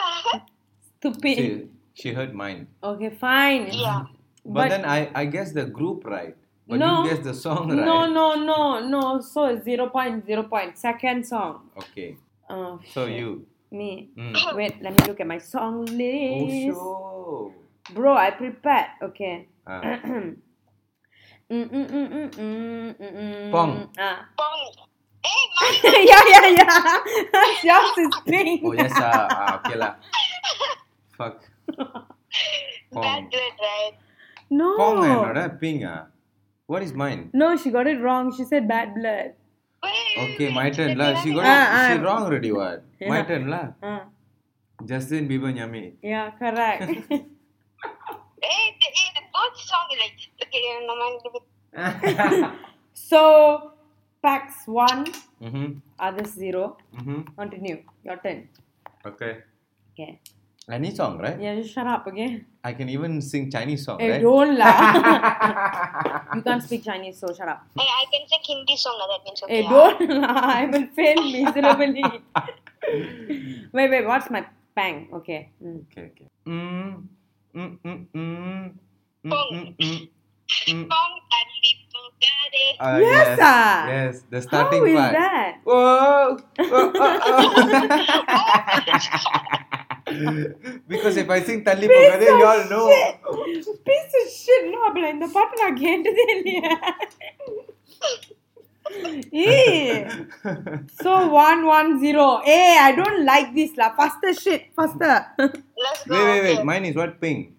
[SPEAKER 3] Stupid.
[SPEAKER 1] She, she heard mine.
[SPEAKER 3] Okay, fine.
[SPEAKER 2] yeah.
[SPEAKER 1] But,
[SPEAKER 3] But-
[SPEAKER 1] then I I guess the group right. But
[SPEAKER 3] No.
[SPEAKER 1] you guess the song right.
[SPEAKER 3] No, no, no, no. So zero point, zero point. Second song.
[SPEAKER 1] Okay.
[SPEAKER 3] Oh,
[SPEAKER 1] So
[SPEAKER 3] shit.
[SPEAKER 1] you.
[SPEAKER 3] Me.
[SPEAKER 1] Mm.
[SPEAKER 3] Wait, let me look at my song
[SPEAKER 1] Oh,
[SPEAKER 3] list.
[SPEAKER 1] sure.
[SPEAKER 3] Bro, I prepared. Okay.
[SPEAKER 1] Ah,
[SPEAKER 3] Mm, mm, mm, mm, mm, mm, mm.
[SPEAKER 1] Pong.
[SPEAKER 3] Ah.
[SPEAKER 2] Pong. Hey, my
[SPEAKER 3] yeah, yeah, yeah. Yours is pink.
[SPEAKER 1] oh, yes, ah, ah, okay lah. Fuck.
[SPEAKER 2] bad
[SPEAKER 1] Pong.
[SPEAKER 2] good, right?
[SPEAKER 3] No.
[SPEAKER 1] Pong eh, என்னோட
[SPEAKER 3] Oh.
[SPEAKER 1] ping ah. What is mine?
[SPEAKER 3] No, she got it wrong. She said bad blood.
[SPEAKER 2] Wait,
[SPEAKER 1] Okay,
[SPEAKER 2] wait,
[SPEAKER 1] my
[SPEAKER 2] wait,
[SPEAKER 1] turn
[SPEAKER 2] wait,
[SPEAKER 1] lah.
[SPEAKER 2] wait,
[SPEAKER 1] She
[SPEAKER 2] wait.
[SPEAKER 1] got
[SPEAKER 3] Ah, ah.
[SPEAKER 1] she wrong already what? My
[SPEAKER 3] Yeah.
[SPEAKER 1] turn lah.
[SPEAKER 3] Ah.
[SPEAKER 1] Justin Bieber Nyami.
[SPEAKER 3] Yeah, correct.
[SPEAKER 2] Hey, the, hey, the both song is like okay, no man.
[SPEAKER 3] so, packs 1,
[SPEAKER 1] mm-hmm.
[SPEAKER 3] others 0.
[SPEAKER 1] Mm-hmm.
[SPEAKER 3] Continue. Your turn.
[SPEAKER 1] Okay.
[SPEAKER 3] Okay.
[SPEAKER 1] Any song, right?
[SPEAKER 3] Yeah, just shut up, okay?
[SPEAKER 1] I can even sing Chinese song,
[SPEAKER 3] Hey,
[SPEAKER 1] right?
[SPEAKER 3] don't laugh. you can't speak Chinese, so shut up.
[SPEAKER 2] Hey, I can sing Hindi song. lah, That means okay.
[SPEAKER 3] Hey, Eh, don't laugh. I will fail miserably. wait, wait, what's my pang? Okay. Mm.
[SPEAKER 1] Okay, okay. Mm, mm, mm, mm, mm, mm,
[SPEAKER 2] Pong.
[SPEAKER 1] mm, mm.
[SPEAKER 2] Pong tadi pugade.
[SPEAKER 1] Uh,
[SPEAKER 3] Yes,
[SPEAKER 1] yes,
[SPEAKER 3] ah.
[SPEAKER 1] yes, the
[SPEAKER 3] How
[SPEAKER 1] starting
[SPEAKER 3] is
[SPEAKER 1] part.
[SPEAKER 3] that?
[SPEAKER 1] Whoa, whoa, oh, oh. because if I sing Talli Pogade, you all know.
[SPEAKER 3] Piece of shit. No, but in the part I can't do So one one zero. Hey, I don't like this la. Faster shit, faster.
[SPEAKER 2] Let's go.
[SPEAKER 1] Wait, wait, wait.
[SPEAKER 2] okay.
[SPEAKER 1] Mine is what ping?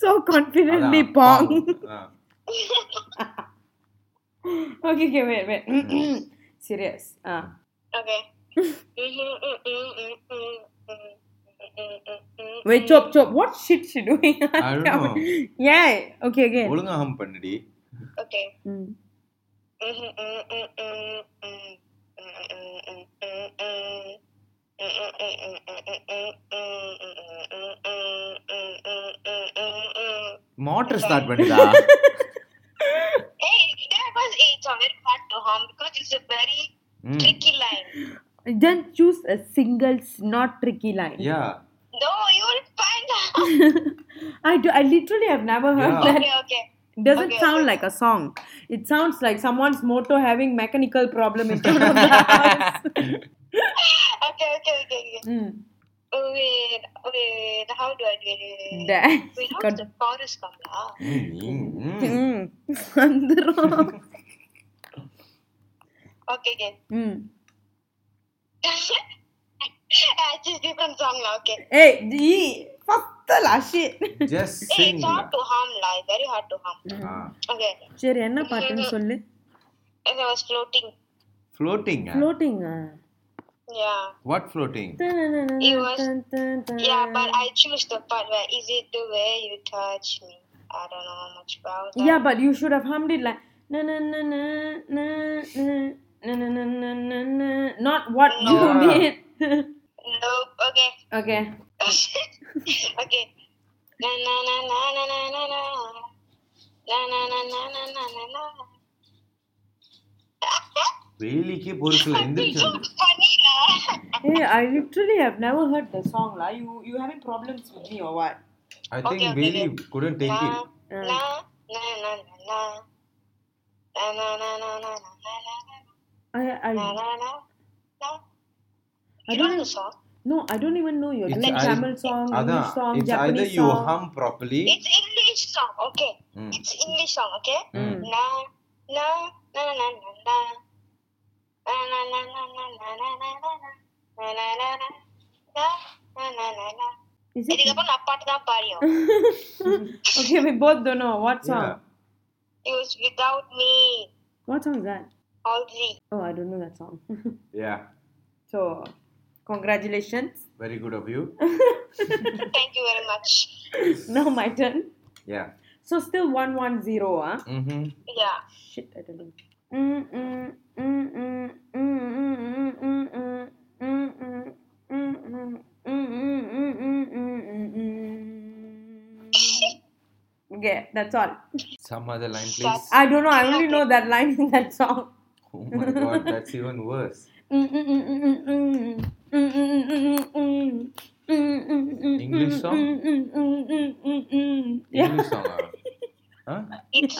[SPEAKER 3] so confidently
[SPEAKER 1] Alah,
[SPEAKER 3] pong.
[SPEAKER 1] Ah.
[SPEAKER 3] okay, okay, wait, wait. Serious. Uh.
[SPEAKER 2] Okay.
[SPEAKER 3] Wait, chop, chop. What shit she doing?
[SPEAKER 1] I don't know.
[SPEAKER 3] Yeah. Okay, again.
[SPEAKER 1] ஒழுங்கா hum பண்ணுடி
[SPEAKER 2] Okay.
[SPEAKER 3] Mm.
[SPEAKER 1] Motor start பண்ணுதா
[SPEAKER 2] Hey, that was it's a very hard to hum um, because it's a very
[SPEAKER 1] hmm
[SPEAKER 2] tricky
[SPEAKER 3] Hmm.
[SPEAKER 2] line.
[SPEAKER 3] Then choose a single, s- not tricky line.
[SPEAKER 1] Yeah
[SPEAKER 2] No, you will find out.
[SPEAKER 3] I do. I literally have never heard
[SPEAKER 1] Yeah.
[SPEAKER 3] that.
[SPEAKER 2] Okay, okay.
[SPEAKER 3] It doesn't
[SPEAKER 2] Okay,
[SPEAKER 3] sound
[SPEAKER 2] okay.
[SPEAKER 3] like a song. It sounds like someone's motor having mechanical problem in front of the house.
[SPEAKER 2] Okay, okay, okay, okay.
[SPEAKER 3] Mm.
[SPEAKER 2] Oh, wait, wait, how do I do it?
[SPEAKER 3] That.
[SPEAKER 2] Wait, how
[SPEAKER 3] Got-
[SPEAKER 2] does the chorus come now?
[SPEAKER 1] Hmm
[SPEAKER 3] Mm. வந்துரும்.
[SPEAKER 2] Okay, okay.
[SPEAKER 3] Mm.
[SPEAKER 2] I just different song now, okay.
[SPEAKER 3] Hey, D. Faster lah, shit.
[SPEAKER 1] Just
[SPEAKER 2] Hey,
[SPEAKER 1] sing
[SPEAKER 2] it's hard to hum, like, very hard to hum.
[SPEAKER 1] Ah,
[SPEAKER 2] Okay, Mm-hmm.
[SPEAKER 3] சரி என்ன பாட்டுன்னு சொல்லு
[SPEAKER 2] and I was floating.
[SPEAKER 1] Floating
[SPEAKER 3] ஃப்ளோட்டிங்கா
[SPEAKER 2] Yeah.
[SPEAKER 1] What floating
[SPEAKER 2] It was- Yeah, but I choose the part where is it the way you touch me? I don't know much about that.
[SPEAKER 3] Yeah, but you should have hummed it like na na na na na na na na na na na not what you
[SPEAKER 1] No.
[SPEAKER 3] did.
[SPEAKER 2] Nope, okay.
[SPEAKER 3] okay.
[SPEAKER 2] okay. Na na na na na na na na. Na na na na na na na na.
[SPEAKER 1] வேலிக்கே பொறுக்கல எந்திரிச்சு வந்து.
[SPEAKER 2] Funny lah.
[SPEAKER 3] Hey, I literally have never heard the song lah. You you having problems with me or what?
[SPEAKER 1] I think
[SPEAKER 2] okay,
[SPEAKER 1] Bailey
[SPEAKER 2] okay.
[SPEAKER 1] couldn't take it.
[SPEAKER 2] La
[SPEAKER 3] Mm.
[SPEAKER 2] la na na na na. La na na na na na na na na.
[SPEAKER 3] I I
[SPEAKER 2] La la la. La.
[SPEAKER 3] I
[SPEAKER 2] You
[SPEAKER 3] don't
[SPEAKER 2] know the
[SPEAKER 3] know-
[SPEAKER 2] song?
[SPEAKER 3] no I don't even know you're
[SPEAKER 1] It's
[SPEAKER 3] doing
[SPEAKER 1] ei-
[SPEAKER 3] Tamil song,
[SPEAKER 1] அதான்
[SPEAKER 3] English song,
[SPEAKER 1] it's either
[SPEAKER 3] Japanese
[SPEAKER 1] you
[SPEAKER 3] song.
[SPEAKER 1] hum properly
[SPEAKER 2] It's English song, okay.
[SPEAKER 1] Mm.
[SPEAKER 2] It's English song, okay?
[SPEAKER 3] Hmm.
[SPEAKER 1] Mm.
[SPEAKER 2] Na na na na na na. Na na na na na na na na na na. Na na na na. Na na na na na.
[SPEAKER 3] Is it
[SPEAKER 2] இதுக்கப்புறம் நான் பாட்டு தான் பாடியும்
[SPEAKER 3] okay? We both don't know what song.
[SPEAKER 1] yeah.
[SPEAKER 2] It was without me,
[SPEAKER 3] What song is that?
[SPEAKER 2] all three.
[SPEAKER 3] Oh, I don't know that song.
[SPEAKER 1] yeah
[SPEAKER 3] so, congratulations.
[SPEAKER 1] very good of you
[SPEAKER 2] Thank you very much.
[SPEAKER 3] Now my turn.
[SPEAKER 1] yeah
[SPEAKER 3] So still one one zero, ah. huh?
[SPEAKER 1] mm-hmm.
[SPEAKER 2] Yeah.
[SPEAKER 3] Shit, I don't know. Mm, mm, mm, mm, mm, mm, mm, mm, mm, mm, mm, mm, mm, mm, mm, mm, mm, mm, mm. Okay, that's all.
[SPEAKER 1] some other line please
[SPEAKER 3] I don't know. I only know that line in that song.
[SPEAKER 1] oh my god that's even worse
[SPEAKER 3] English
[SPEAKER 1] song?
[SPEAKER 3] Yeah.
[SPEAKER 1] English song ah? huh?
[SPEAKER 2] It's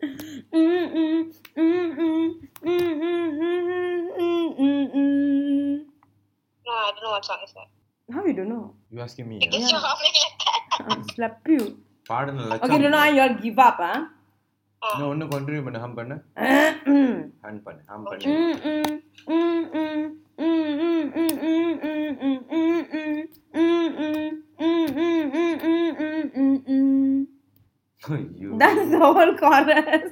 [SPEAKER 3] Mm-mm-mm-mm-mm-mm-mm-mm-mm-mm.
[SPEAKER 2] know what song is that.
[SPEAKER 3] How you don't know?
[SPEAKER 1] You asking me?
[SPEAKER 2] Because you're
[SPEAKER 3] Yeah.
[SPEAKER 2] humming like oh that.
[SPEAKER 3] I'll slap you.
[SPEAKER 1] பாடுன
[SPEAKER 3] Okay, no,
[SPEAKER 1] லட்சம்
[SPEAKER 3] no, you all give up, huh?
[SPEAKER 1] நான் ஒண்ணு continue பண்ணு ஹம் பண்ணு ஹன் பண்ணு ஹம் பண்ணு
[SPEAKER 3] That's
[SPEAKER 1] ஐயோ.
[SPEAKER 3] the whole chorus.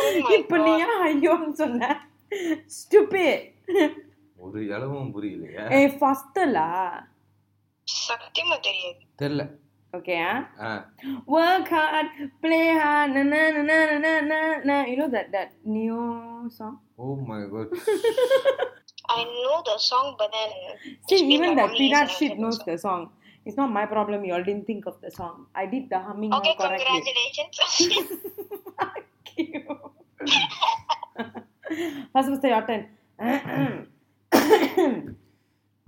[SPEAKER 2] Oh my
[SPEAKER 3] இப்ப நீ
[SPEAKER 2] God.
[SPEAKER 3] ஏன் ஐயோன்னு சொன்ன Stupid.
[SPEAKER 1] ஒரு இளவும் புரியலையா
[SPEAKER 3] ஏய், first லா?
[SPEAKER 2] சத்தியமா தெரியாது
[SPEAKER 1] தெரியல
[SPEAKER 3] Okay, ah.
[SPEAKER 1] Ah
[SPEAKER 3] Work hard, play hard, na na na na na na na na. You know that that Neo song?
[SPEAKER 1] Oh my god
[SPEAKER 2] I know the song, but then
[SPEAKER 3] See,
[SPEAKER 2] it's been
[SPEAKER 3] even
[SPEAKER 2] like
[SPEAKER 3] that
[SPEAKER 2] only
[SPEAKER 3] peanut
[SPEAKER 2] recently
[SPEAKER 3] shit
[SPEAKER 2] I
[SPEAKER 3] knows
[SPEAKER 2] heard
[SPEAKER 3] the song. It's not my problem. You all didn't think of the song. I did the humming
[SPEAKER 2] the song. Okay,
[SPEAKER 3] correctly.
[SPEAKER 2] congratulations.
[SPEAKER 3] Fuck you. First, Mr. Your turn.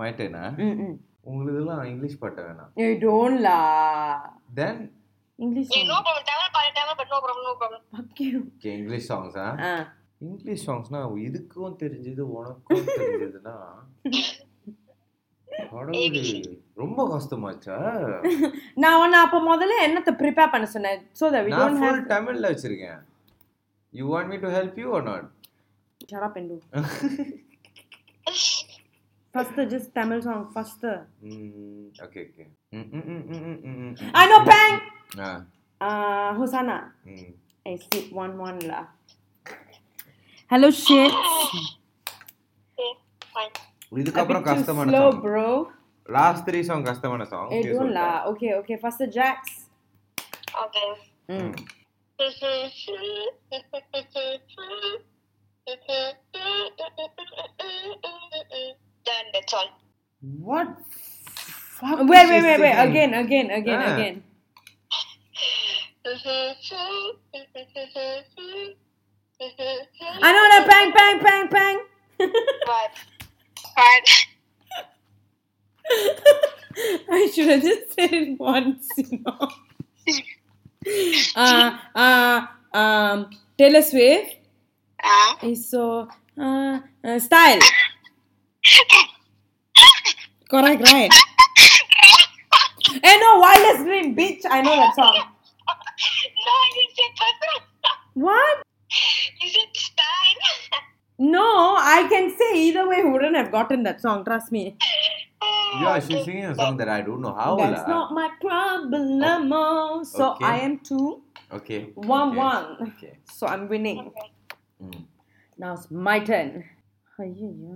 [SPEAKER 1] மாயிட்டேனா
[SPEAKER 3] Mm-mm.
[SPEAKER 1] உங்களுதெல்லாம் English பாட்ட வேணாம்
[SPEAKER 3] You don't la.
[SPEAKER 1] Then
[SPEAKER 3] English
[SPEAKER 2] you
[SPEAKER 3] song.
[SPEAKER 2] no problem. Tamil பாடு Tamil, but no problem, no problem.
[SPEAKER 3] Fuck you.
[SPEAKER 1] Okay English songs ah
[SPEAKER 3] Ah.
[SPEAKER 1] English சாங்ஸ்னா இதுக்கும் தெரிஞ்சது உனக்கும் தெரிஞ்சதுன்னா கடவுளே, ரொம்ப கஷ்டமாச்சா
[SPEAKER 3] நான் உன்னை அப்போ முதல்ல என்னத்தை ப்ரிப்பேர் பண்ண சொன்னேன் ஸோ தட் வி
[SPEAKER 1] நான்
[SPEAKER 3] டோன்ட் ஹேவ்
[SPEAKER 1] ஃபுல் தமிழ்ல வச்சிருக்கேன் you want me to help you R not
[SPEAKER 3] சரா பெண்டு first just Tamil song first
[SPEAKER 1] okay okay
[SPEAKER 3] I know bang
[SPEAKER 1] ah
[SPEAKER 3] Uh, ஹுசானா
[SPEAKER 1] ம்
[SPEAKER 3] I see one one law hello ஷேட்
[SPEAKER 2] Okay, fine.
[SPEAKER 1] இதுக்கப்புறம் கஷ்டமான
[SPEAKER 3] slow
[SPEAKER 1] song
[SPEAKER 3] bro
[SPEAKER 1] last three song கஷ்டமான song
[SPEAKER 3] ஏ don't law okay okay first Jacks
[SPEAKER 2] Okay.
[SPEAKER 3] ம்
[SPEAKER 2] Done, that's all.
[SPEAKER 1] What
[SPEAKER 3] Wait, wait, wait, wait. Again, again, again,
[SPEAKER 1] Ah.
[SPEAKER 3] again. I know that bang, bang, bang, bang.
[SPEAKER 2] But, but,
[SPEAKER 3] I should have just said it once, you know. uh, uh, um, Taylor Swift
[SPEAKER 2] uh,
[SPEAKER 3] is so uh, uh, style. Correct, right? hey, no, Wildest Dream, bitch. I know that song.
[SPEAKER 2] no, you said
[SPEAKER 3] What?
[SPEAKER 2] you said Stein.
[SPEAKER 3] No, I can say either way, wouldn't have gotten that song. Trust me.
[SPEAKER 1] Yeah she singing a song that i don't know how
[SPEAKER 3] That's not my problem, oh. So
[SPEAKER 1] Okay.
[SPEAKER 3] I am two,
[SPEAKER 1] okay
[SPEAKER 3] one,
[SPEAKER 1] okay,
[SPEAKER 3] one.
[SPEAKER 1] okay
[SPEAKER 3] So I'm winning.
[SPEAKER 1] Hmm
[SPEAKER 3] Now it's my turn. Ayyoyo.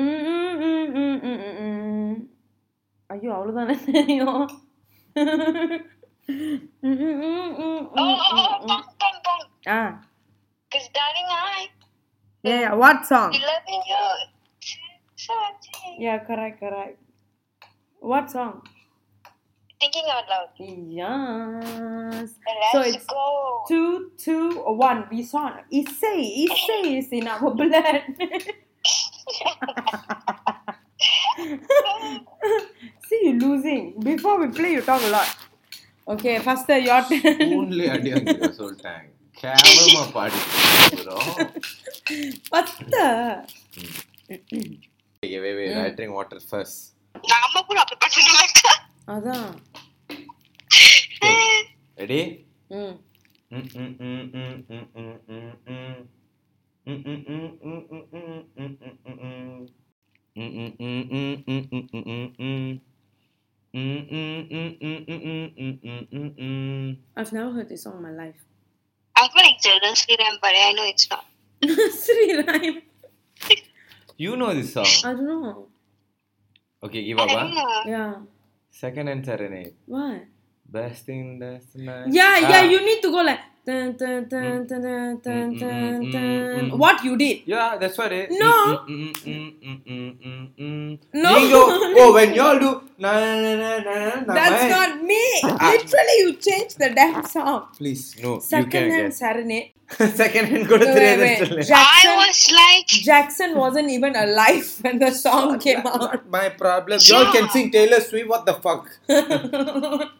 [SPEAKER 3] Mm, mm, ஐயோ அவ்வளோதானே தெரியும்
[SPEAKER 2] Oh, oh, oh, bang, bang, bang.
[SPEAKER 3] Ah
[SPEAKER 2] Because darling, I
[SPEAKER 3] ஏ what song
[SPEAKER 2] loving you. So I'm
[SPEAKER 3] yeah correct correct what song
[SPEAKER 2] thinking out loud.
[SPEAKER 3] Yes.
[SPEAKER 2] Let's
[SPEAKER 3] So it's
[SPEAKER 2] go.
[SPEAKER 3] two, two, one. We saw Issei. Issei is in our blood. See, you're losing. Before we play, you talk a lot. Okay, first uh, your turn.
[SPEAKER 1] ஊன்லயே அடி வாங்கிடுவா சொல்லிட்டேன் கேவலமா பாடி
[SPEAKER 3] First, uh,
[SPEAKER 1] wait wait i drink water first
[SPEAKER 2] நம்ம கூட அப்படி பண்ணுங்க
[SPEAKER 3] அதான்.
[SPEAKER 1] ready
[SPEAKER 3] Mm. I've never heard this song in my life.
[SPEAKER 2] I'm feeling children's freedom, but I know it's not.
[SPEAKER 3] Sri Rhyme.
[SPEAKER 1] You know this song.
[SPEAKER 3] I don't know.
[SPEAKER 1] Okay, give
[SPEAKER 2] I
[SPEAKER 1] up.
[SPEAKER 2] don't
[SPEAKER 1] Huh?
[SPEAKER 2] know.
[SPEAKER 3] Yeah.
[SPEAKER 1] Second and serenade.
[SPEAKER 3] Why?
[SPEAKER 1] Best in the night.
[SPEAKER 3] Yeah,
[SPEAKER 1] Ah.
[SPEAKER 3] yeah, you need to go like. Dun, dun, dun, dun, dun, dun, dun,
[SPEAKER 1] Mm.
[SPEAKER 3] dun. What you did?
[SPEAKER 1] Yeah, that's what it. Mm,
[SPEAKER 3] No.
[SPEAKER 1] No.
[SPEAKER 3] No.
[SPEAKER 1] mm, oh, when y'all do. Na, na, na, na, na, na,
[SPEAKER 3] That's
[SPEAKER 1] man.
[SPEAKER 3] not me. Literally, you changed the damn song.
[SPEAKER 1] Please, no. you
[SPEAKER 3] Second
[SPEAKER 1] can't
[SPEAKER 3] hand
[SPEAKER 1] guess.
[SPEAKER 3] serenade.
[SPEAKER 1] Second hand go to
[SPEAKER 3] Wait,
[SPEAKER 1] three.
[SPEAKER 3] wait, wait.
[SPEAKER 1] that's all.
[SPEAKER 2] I
[SPEAKER 3] Jackson,
[SPEAKER 2] was like,
[SPEAKER 3] Jackson wasn't even alive when the song came out.
[SPEAKER 1] Not my problem. Y'all can
[SPEAKER 2] Yeah.
[SPEAKER 1] sing Taylor Swift. What the fuck?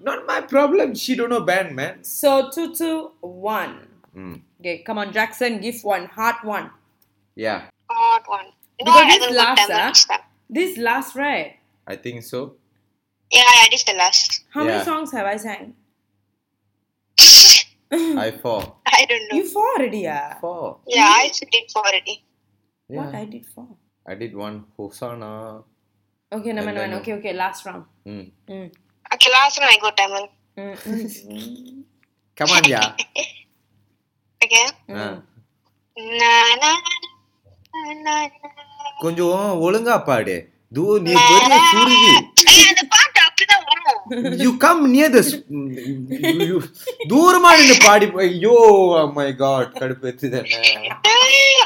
[SPEAKER 1] not my problem. She don't know band, man.
[SPEAKER 3] So two, two, one.
[SPEAKER 1] Mm.
[SPEAKER 3] Okay, come on, Jackson, give one, heart one.
[SPEAKER 1] Yeah,
[SPEAKER 2] What one? Oh, No,
[SPEAKER 5] Because
[SPEAKER 2] I
[SPEAKER 5] this
[SPEAKER 2] haven't got
[SPEAKER 5] last,
[SPEAKER 2] Tamil
[SPEAKER 5] ah?
[SPEAKER 2] mixed up.
[SPEAKER 5] This last, right?
[SPEAKER 1] I think so.
[SPEAKER 2] Yeah, yeah, this the last.
[SPEAKER 5] How many
[SPEAKER 1] Yeah.
[SPEAKER 5] songs have I sang?
[SPEAKER 1] I four.
[SPEAKER 2] I don't know.
[SPEAKER 5] You four already, yeah.
[SPEAKER 1] Four.
[SPEAKER 2] yeah, I also did four already.
[SPEAKER 1] Yeah.
[SPEAKER 5] What I did four.
[SPEAKER 1] I did one Hosanna.
[SPEAKER 5] Okay, no,
[SPEAKER 1] And
[SPEAKER 5] no,
[SPEAKER 1] then-
[SPEAKER 5] no. Okay, okay. Last round.
[SPEAKER 1] Mm.
[SPEAKER 5] Mm.
[SPEAKER 2] Okay, last one I go Tamil.
[SPEAKER 5] Mm, mm,
[SPEAKER 1] Come on, yeah.
[SPEAKER 2] Okay.
[SPEAKER 3] Mm.
[SPEAKER 1] Ah.
[SPEAKER 2] Na na na na na.
[SPEAKER 1] கொஞ்சம் ஒழுங்கா பாடு தூ நீ பெரிய சுருதி
[SPEAKER 2] ஏய், அந்த பாட்டு அப்படிதான் வரும்
[SPEAKER 1] யூ கம் நியர் த தூரமா நின்று பாடி ஐயோ oh மை காட் கடுப்பேத்து தானே
[SPEAKER 2] ஏய், okay,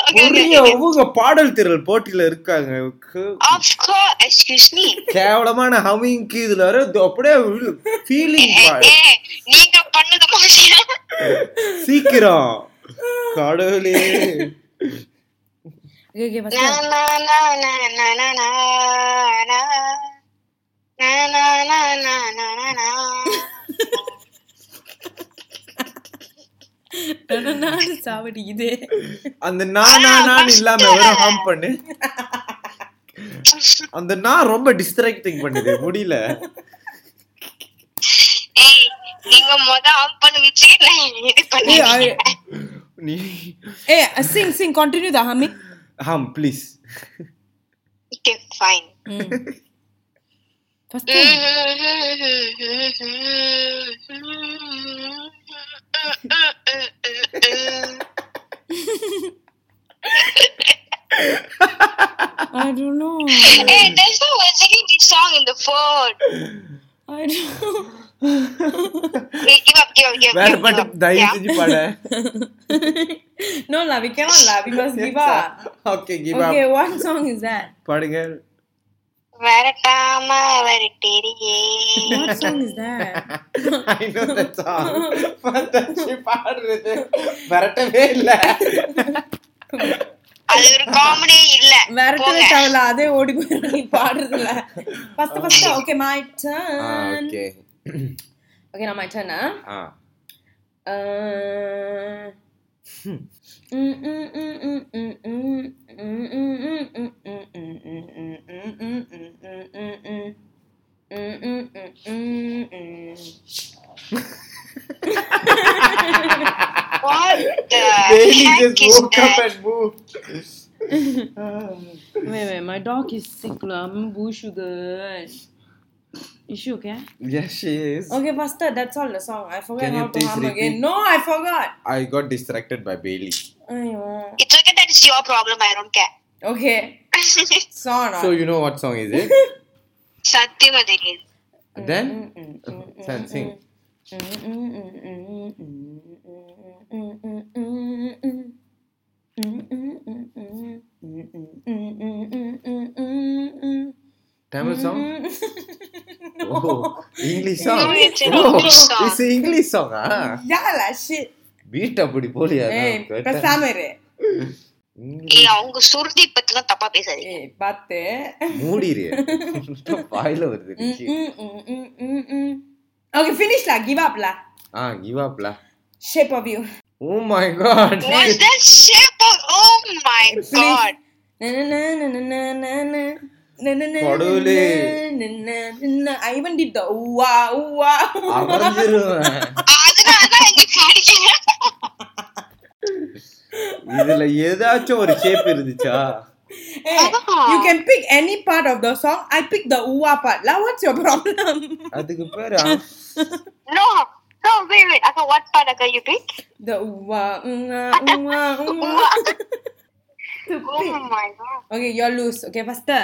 [SPEAKER 2] okay,
[SPEAKER 1] பெரிய
[SPEAKER 2] okay.
[SPEAKER 1] அவங்க பாடல் திரள் போட்டியில இருக்காங்க கு-
[SPEAKER 2] Of course, excuse me.
[SPEAKER 1] கேவலமான ஹமிங்க்கு இதுல வர இது அப்படியே ஃபீலிங்
[SPEAKER 2] ஏய், Eh, நீங்க பண்ணது மாதிரியா
[SPEAKER 1] சீக்கிரம் கடவுளே
[SPEAKER 5] mm. Okay, okay. First
[SPEAKER 2] Na
[SPEAKER 5] one.
[SPEAKER 2] na na na na na na na. Na na na na na na na.
[SPEAKER 5] No, no, no. சாவடிக்குது.
[SPEAKER 1] அந்த நா நா நான் இல்லாம வெறும் ஹம் பண்ணு அந்த நான் ரொம்ப டிஸ்ட்ராக்டிங் பண்ணுது முடியல
[SPEAKER 2] ஏய், நீங்க முத ஆஃப் பண்ணி வச்சு நான் இது
[SPEAKER 1] ஏய்,
[SPEAKER 2] பண்ணேன்
[SPEAKER 1] I- நீ
[SPEAKER 5] ஏய், sing, sing. Continue the humming.
[SPEAKER 1] Hum please
[SPEAKER 2] Okay, fine.
[SPEAKER 5] Mm. First
[SPEAKER 2] Mm,
[SPEAKER 5] one.
[SPEAKER 2] mm, mm, mm, mm, mm, mm, mm, mm.
[SPEAKER 5] I don't know.
[SPEAKER 2] Hey, that's why we're singing this song in the phone.
[SPEAKER 5] I don't know.
[SPEAKER 2] Hey, give up, give up, give up.
[SPEAKER 1] வேற
[SPEAKER 2] give up,
[SPEAKER 1] பாட்டு
[SPEAKER 2] give up.
[SPEAKER 1] தயவு
[SPEAKER 2] Yeah.
[SPEAKER 1] செஞ்சு பாட
[SPEAKER 5] No, la, we cannot la. We must give up.
[SPEAKER 1] Okay give up
[SPEAKER 5] Okay, what song is that?
[SPEAKER 1] பாடுங்க
[SPEAKER 2] வரட்டாம வரட்டேரியே
[SPEAKER 5] What song is that?
[SPEAKER 1] I know that song பத்தாச்சு பாடுறது வரட்டவே இல்லை
[SPEAKER 2] அது ஒரு காமெடி இல்ல
[SPEAKER 5] விரட்டவே
[SPEAKER 2] போங்க.
[SPEAKER 5] தேவையில்ல அதே ஓடி போயிடும் நீ பாடுறதுல first first okay my turn
[SPEAKER 1] okay
[SPEAKER 5] okay நான் மை டர்னா
[SPEAKER 1] ஆ
[SPEAKER 5] Øh,
[SPEAKER 2] What the
[SPEAKER 1] Bailey
[SPEAKER 2] heck
[SPEAKER 1] just
[SPEAKER 2] is
[SPEAKER 1] woke up
[SPEAKER 2] that?
[SPEAKER 1] and moved.
[SPEAKER 5] Wait, wait, my dog is sick, lah. I'm boo sugar. Is she okay?
[SPEAKER 1] yes, she is.
[SPEAKER 5] Okay, Pastor, that's all the song. I forgot
[SPEAKER 1] Can you
[SPEAKER 5] how to
[SPEAKER 1] please
[SPEAKER 5] hum
[SPEAKER 1] repeat?
[SPEAKER 5] again. No, I forgot.
[SPEAKER 1] I got distracted by Bailey.
[SPEAKER 5] Aiyo.
[SPEAKER 2] It's okay, that is your problem, I don't care.
[SPEAKER 5] Okay, song.
[SPEAKER 1] So you know what song is it?
[SPEAKER 2] சத்தியமா தெரியாது
[SPEAKER 5] Mm,
[SPEAKER 1] then
[SPEAKER 5] Mm-hmm.
[SPEAKER 1] Sen sing.
[SPEAKER 5] Mm-hmm.
[SPEAKER 1] Tamil song? Oh, English song.
[SPEAKER 2] No, it's an
[SPEAKER 1] Oh,
[SPEAKER 2] English song.
[SPEAKER 1] It's an English song, ah. Eh,
[SPEAKER 5] Yeah, shit. Eh,
[SPEAKER 1] Beat அப்படி போலியா
[SPEAKER 5] Hey, பேசாம இரு.
[SPEAKER 2] ஏ அவங்க சுருதி பத்திலாம் தப்பா பேசாதீங்க
[SPEAKER 5] ஏய், பாத்து.
[SPEAKER 1] மூடிரு வாயில வருது இன்னைக்கு.
[SPEAKER 5] Okay, finish lah. Give up lah.
[SPEAKER 1] Ah give அப்ல
[SPEAKER 5] Shape of you.
[SPEAKER 1] Oh my god
[SPEAKER 2] Was that shape of oh my god
[SPEAKER 5] Na na na na na na na na. Na na na na
[SPEAKER 1] கடவுளே.
[SPEAKER 5] na na na na. I even did the ooh-ah, ooh-ah.
[SPEAKER 1] அவர்ந்துருவேன்
[SPEAKER 2] அதனாலதான் இங்க பாடிக்கல
[SPEAKER 1] இதுல ஏதாச்சும் ஒரு shape இருந்துச்சா
[SPEAKER 5] Hey, you can pick any part of the song. I picked the ooh-ah part. Lah, what's your problem?
[SPEAKER 1] அதுக்கு பேரு
[SPEAKER 2] no no wait wait அக்கா what part அக்கா you pick
[SPEAKER 5] The ooh-ah, ooh-ah, ooh-ah, ooh-ah.
[SPEAKER 2] oh my god
[SPEAKER 5] Okay, you're loose. Okay, faster.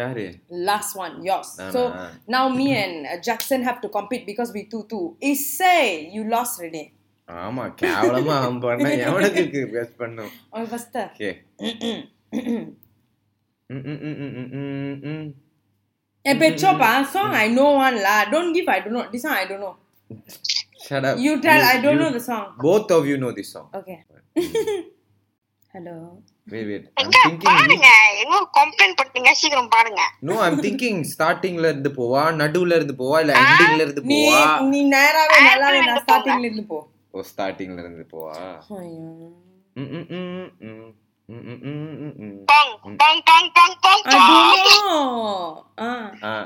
[SPEAKER 1] யாரு
[SPEAKER 5] Last one, yours.
[SPEAKER 1] No,
[SPEAKER 5] so
[SPEAKER 1] no, no.
[SPEAKER 5] now me and uh, Jackson have to compete because we two two. Issei, you lost Renee.
[SPEAKER 1] ஆமா கேவலமா அவன் பண்ண எவனுக்கு இருக்கு base பண்ணும்
[SPEAKER 5] Okay, faster.
[SPEAKER 1] Okay
[SPEAKER 5] Hey, Pechopa, Eh, ah, song I know one lah. Don't give I don't know. This one I don't know.
[SPEAKER 1] Shut up.
[SPEAKER 5] You tell I don't know the song.
[SPEAKER 1] Both of you know this song.
[SPEAKER 5] Okay. Hello.
[SPEAKER 1] Wait, wait. I'm
[SPEAKER 2] அக்கா
[SPEAKER 1] thinking.
[SPEAKER 2] பாருங்க என்ன complaint பண்ணீங்க சீக்கிரம் பாருங்க
[SPEAKER 1] No, I'm thinking startingல இருந்து போவா நடுவுல இருந்து போவா இல்ல endingல இருந்து
[SPEAKER 5] நீ
[SPEAKER 1] போவா
[SPEAKER 5] நீ நேராவே நல்லாவே நான் ஸ்டார்டிங்ல இருந்து போ
[SPEAKER 1] ஓ ஸ்டார்டிங்ல இருந்து போவா
[SPEAKER 5] ஐயோ.
[SPEAKER 1] ம், ம், ம், ம், Mm, mm, mm, mm, mm.
[SPEAKER 2] Pong, pong, pong, pong, pong,
[SPEAKER 3] I don't
[SPEAKER 2] pong.
[SPEAKER 3] know. Ah.
[SPEAKER 1] Ah.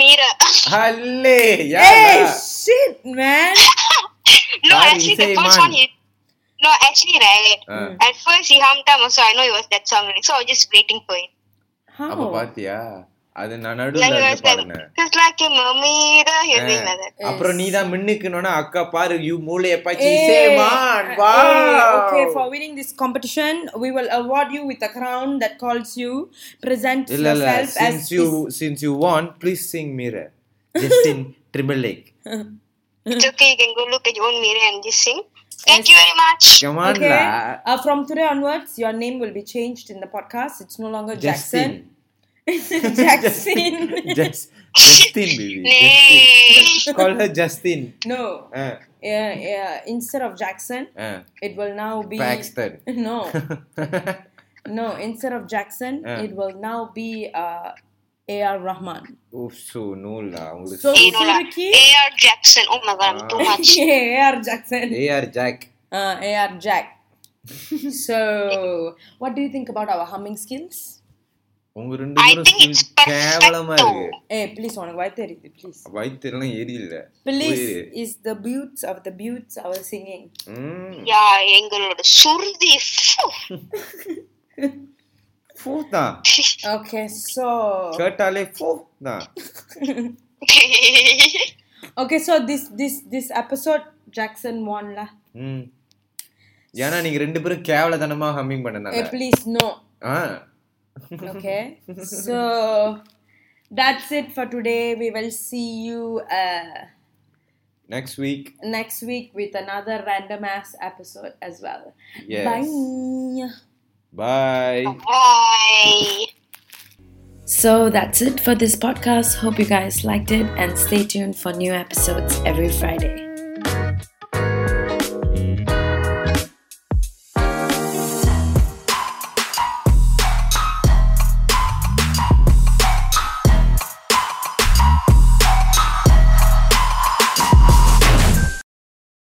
[SPEAKER 2] Mira.
[SPEAKER 1] Halle! Yeah.
[SPEAKER 3] Hey, shit, man.
[SPEAKER 2] No,
[SPEAKER 1] Why
[SPEAKER 2] actually,
[SPEAKER 1] you say
[SPEAKER 2] the first
[SPEAKER 1] man?
[SPEAKER 2] one he. No, actually, right.
[SPEAKER 1] Ah.
[SPEAKER 2] At first, he hummed them, so I know it was that song, so I was just waiting for it.
[SPEAKER 1] அப்ப
[SPEAKER 3] How?
[SPEAKER 1] பாத்தியா அது நான்
[SPEAKER 2] Like,
[SPEAKER 1] நடுவுல
[SPEAKER 2] he was
[SPEAKER 1] இருந்து
[SPEAKER 2] like,
[SPEAKER 1] பாடினேன்
[SPEAKER 2] just like a mermaid, uh," he was doing like that.
[SPEAKER 1] ஆ. அப்புறம் நீ தான் மின்னுக்கணும்னா அக்கா பாரு யூ மூளைய பாச்சி சே
[SPEAKER 3] Hey,
[SPEAKER 1] மான்
[SPEAKER 3] uh,
[SPEAKER 1] வா
[SPEAKER 3] hey, okay, for winning this competition, we will award you with a crown that calls you. Present
[SPEAKER 1] இல்ல இல்ல
[SPEAKER 3] yourself
[SPEAKER 1] since
[SPEAKER 3] as
[SPEAKER 1] you since you won please sing mirror Justin Timberlake
[SPEAKER 2] It's okay, you can go look at your own mirror and just sing. Thank you very much.
[SPEAKER 1] come on
[SPEAKER 3] Okay.
[SPEAKER 1] la
[SPEAKER 3] Uh, from today onwards, your name will be changed in the podcast. It's no longer
[SPEAKER 1] Justin
[SPEAKER 3] Jackson. Jackson.
[SPEAKER 1] Just- Justin baby Justin.
[SPEAKER 2] Nay.
[SPEAKER 1] call her Justin
[SPEAKER 3] no.
[SPEAKER 1] uh,
[SPEAKER 3] Yeah, yeah. Instead of Jackson,
[SPEAKER 1] uh.
[SPEAKER 3] it will now be
[SPEAKER 1] Paxton
[SPEAKER 3] No, no. Instead of Jackson,
[SPEAKER 1] Yeah.
[SPEAKER 3] it will now be uh, A.R. Rahman.
[SPEAKER 1] oops so no la உங்களுக்கு
[SPEAKER 3] So,
[SPEAKER 2] You know, like,
[SPEAKER 3] Suzuki?
[SPEAKER 2] A.R. Jackson. Oh my god, I'm too much.
[SPEAKER 3] A.R. Jackson.
[SPEAKER 1] AR Jack
[SPEAKER 3] Uh, A.R. Jack. so, what do you think about our humming skills?
[SPEAKER 1] உங்க ரெண்டு
[SPEAKER 2] I
[SPEAKER 1] பேரும்
[SPEAKER 2] think it's
[SPEAKER 1] skills கேவலமா
[SPEAKER 2] perfecto.
[SPEAKER 1] இருக்கு
[SPEAKER 3] Hey, eh, please, உனக்கு வாய் தெரியுது, please.
[SPEAKER 1] வயிற்றுலாம் ஏறி இல்ல
[SPEAKER 3] Please
[SPEAKER 1] உயிரு.
[SPEAKER 3] is the beauts of the beauts our singing.
[SPEAKER 1] ம்.
[SPEAKER 2] Yeah, எங்களோட சுருதி phew.
[SPEAKER 1] ஃபூ தான்
[SPEAKER 3] Okay, so
[SPEAKER 1] கேட்டாலே ஃபூ தான்
[SPEAKER 3] okay, so this this this episode Jackson won lah.
[SPEAKER 1] ம். ஏன்னா நீங்க ரெண்டு பேரும் கேவலத்தனமா ஹம்மிங்
[SPEAKER 3] Hey,
[SPEAKER 1] பண்ணனால
[SPEAKER 3] please no.
[SPEAKER 1] ஆ
[SPEAKER 3] okay so that's it for today we will see you uh,
[SPEAKER 1] next week
[SPEAKER 3] next week with another random ass episode as well
[SPEAKER 1] Yes.
[SPEAKER 3] bye
[SPEAKER 1] bye
[SPEAKER 2] Bye.
[SPEAKER 4] So that's it for this podcast. Hope you guys liked it and stay tuned for new episodes every Friday.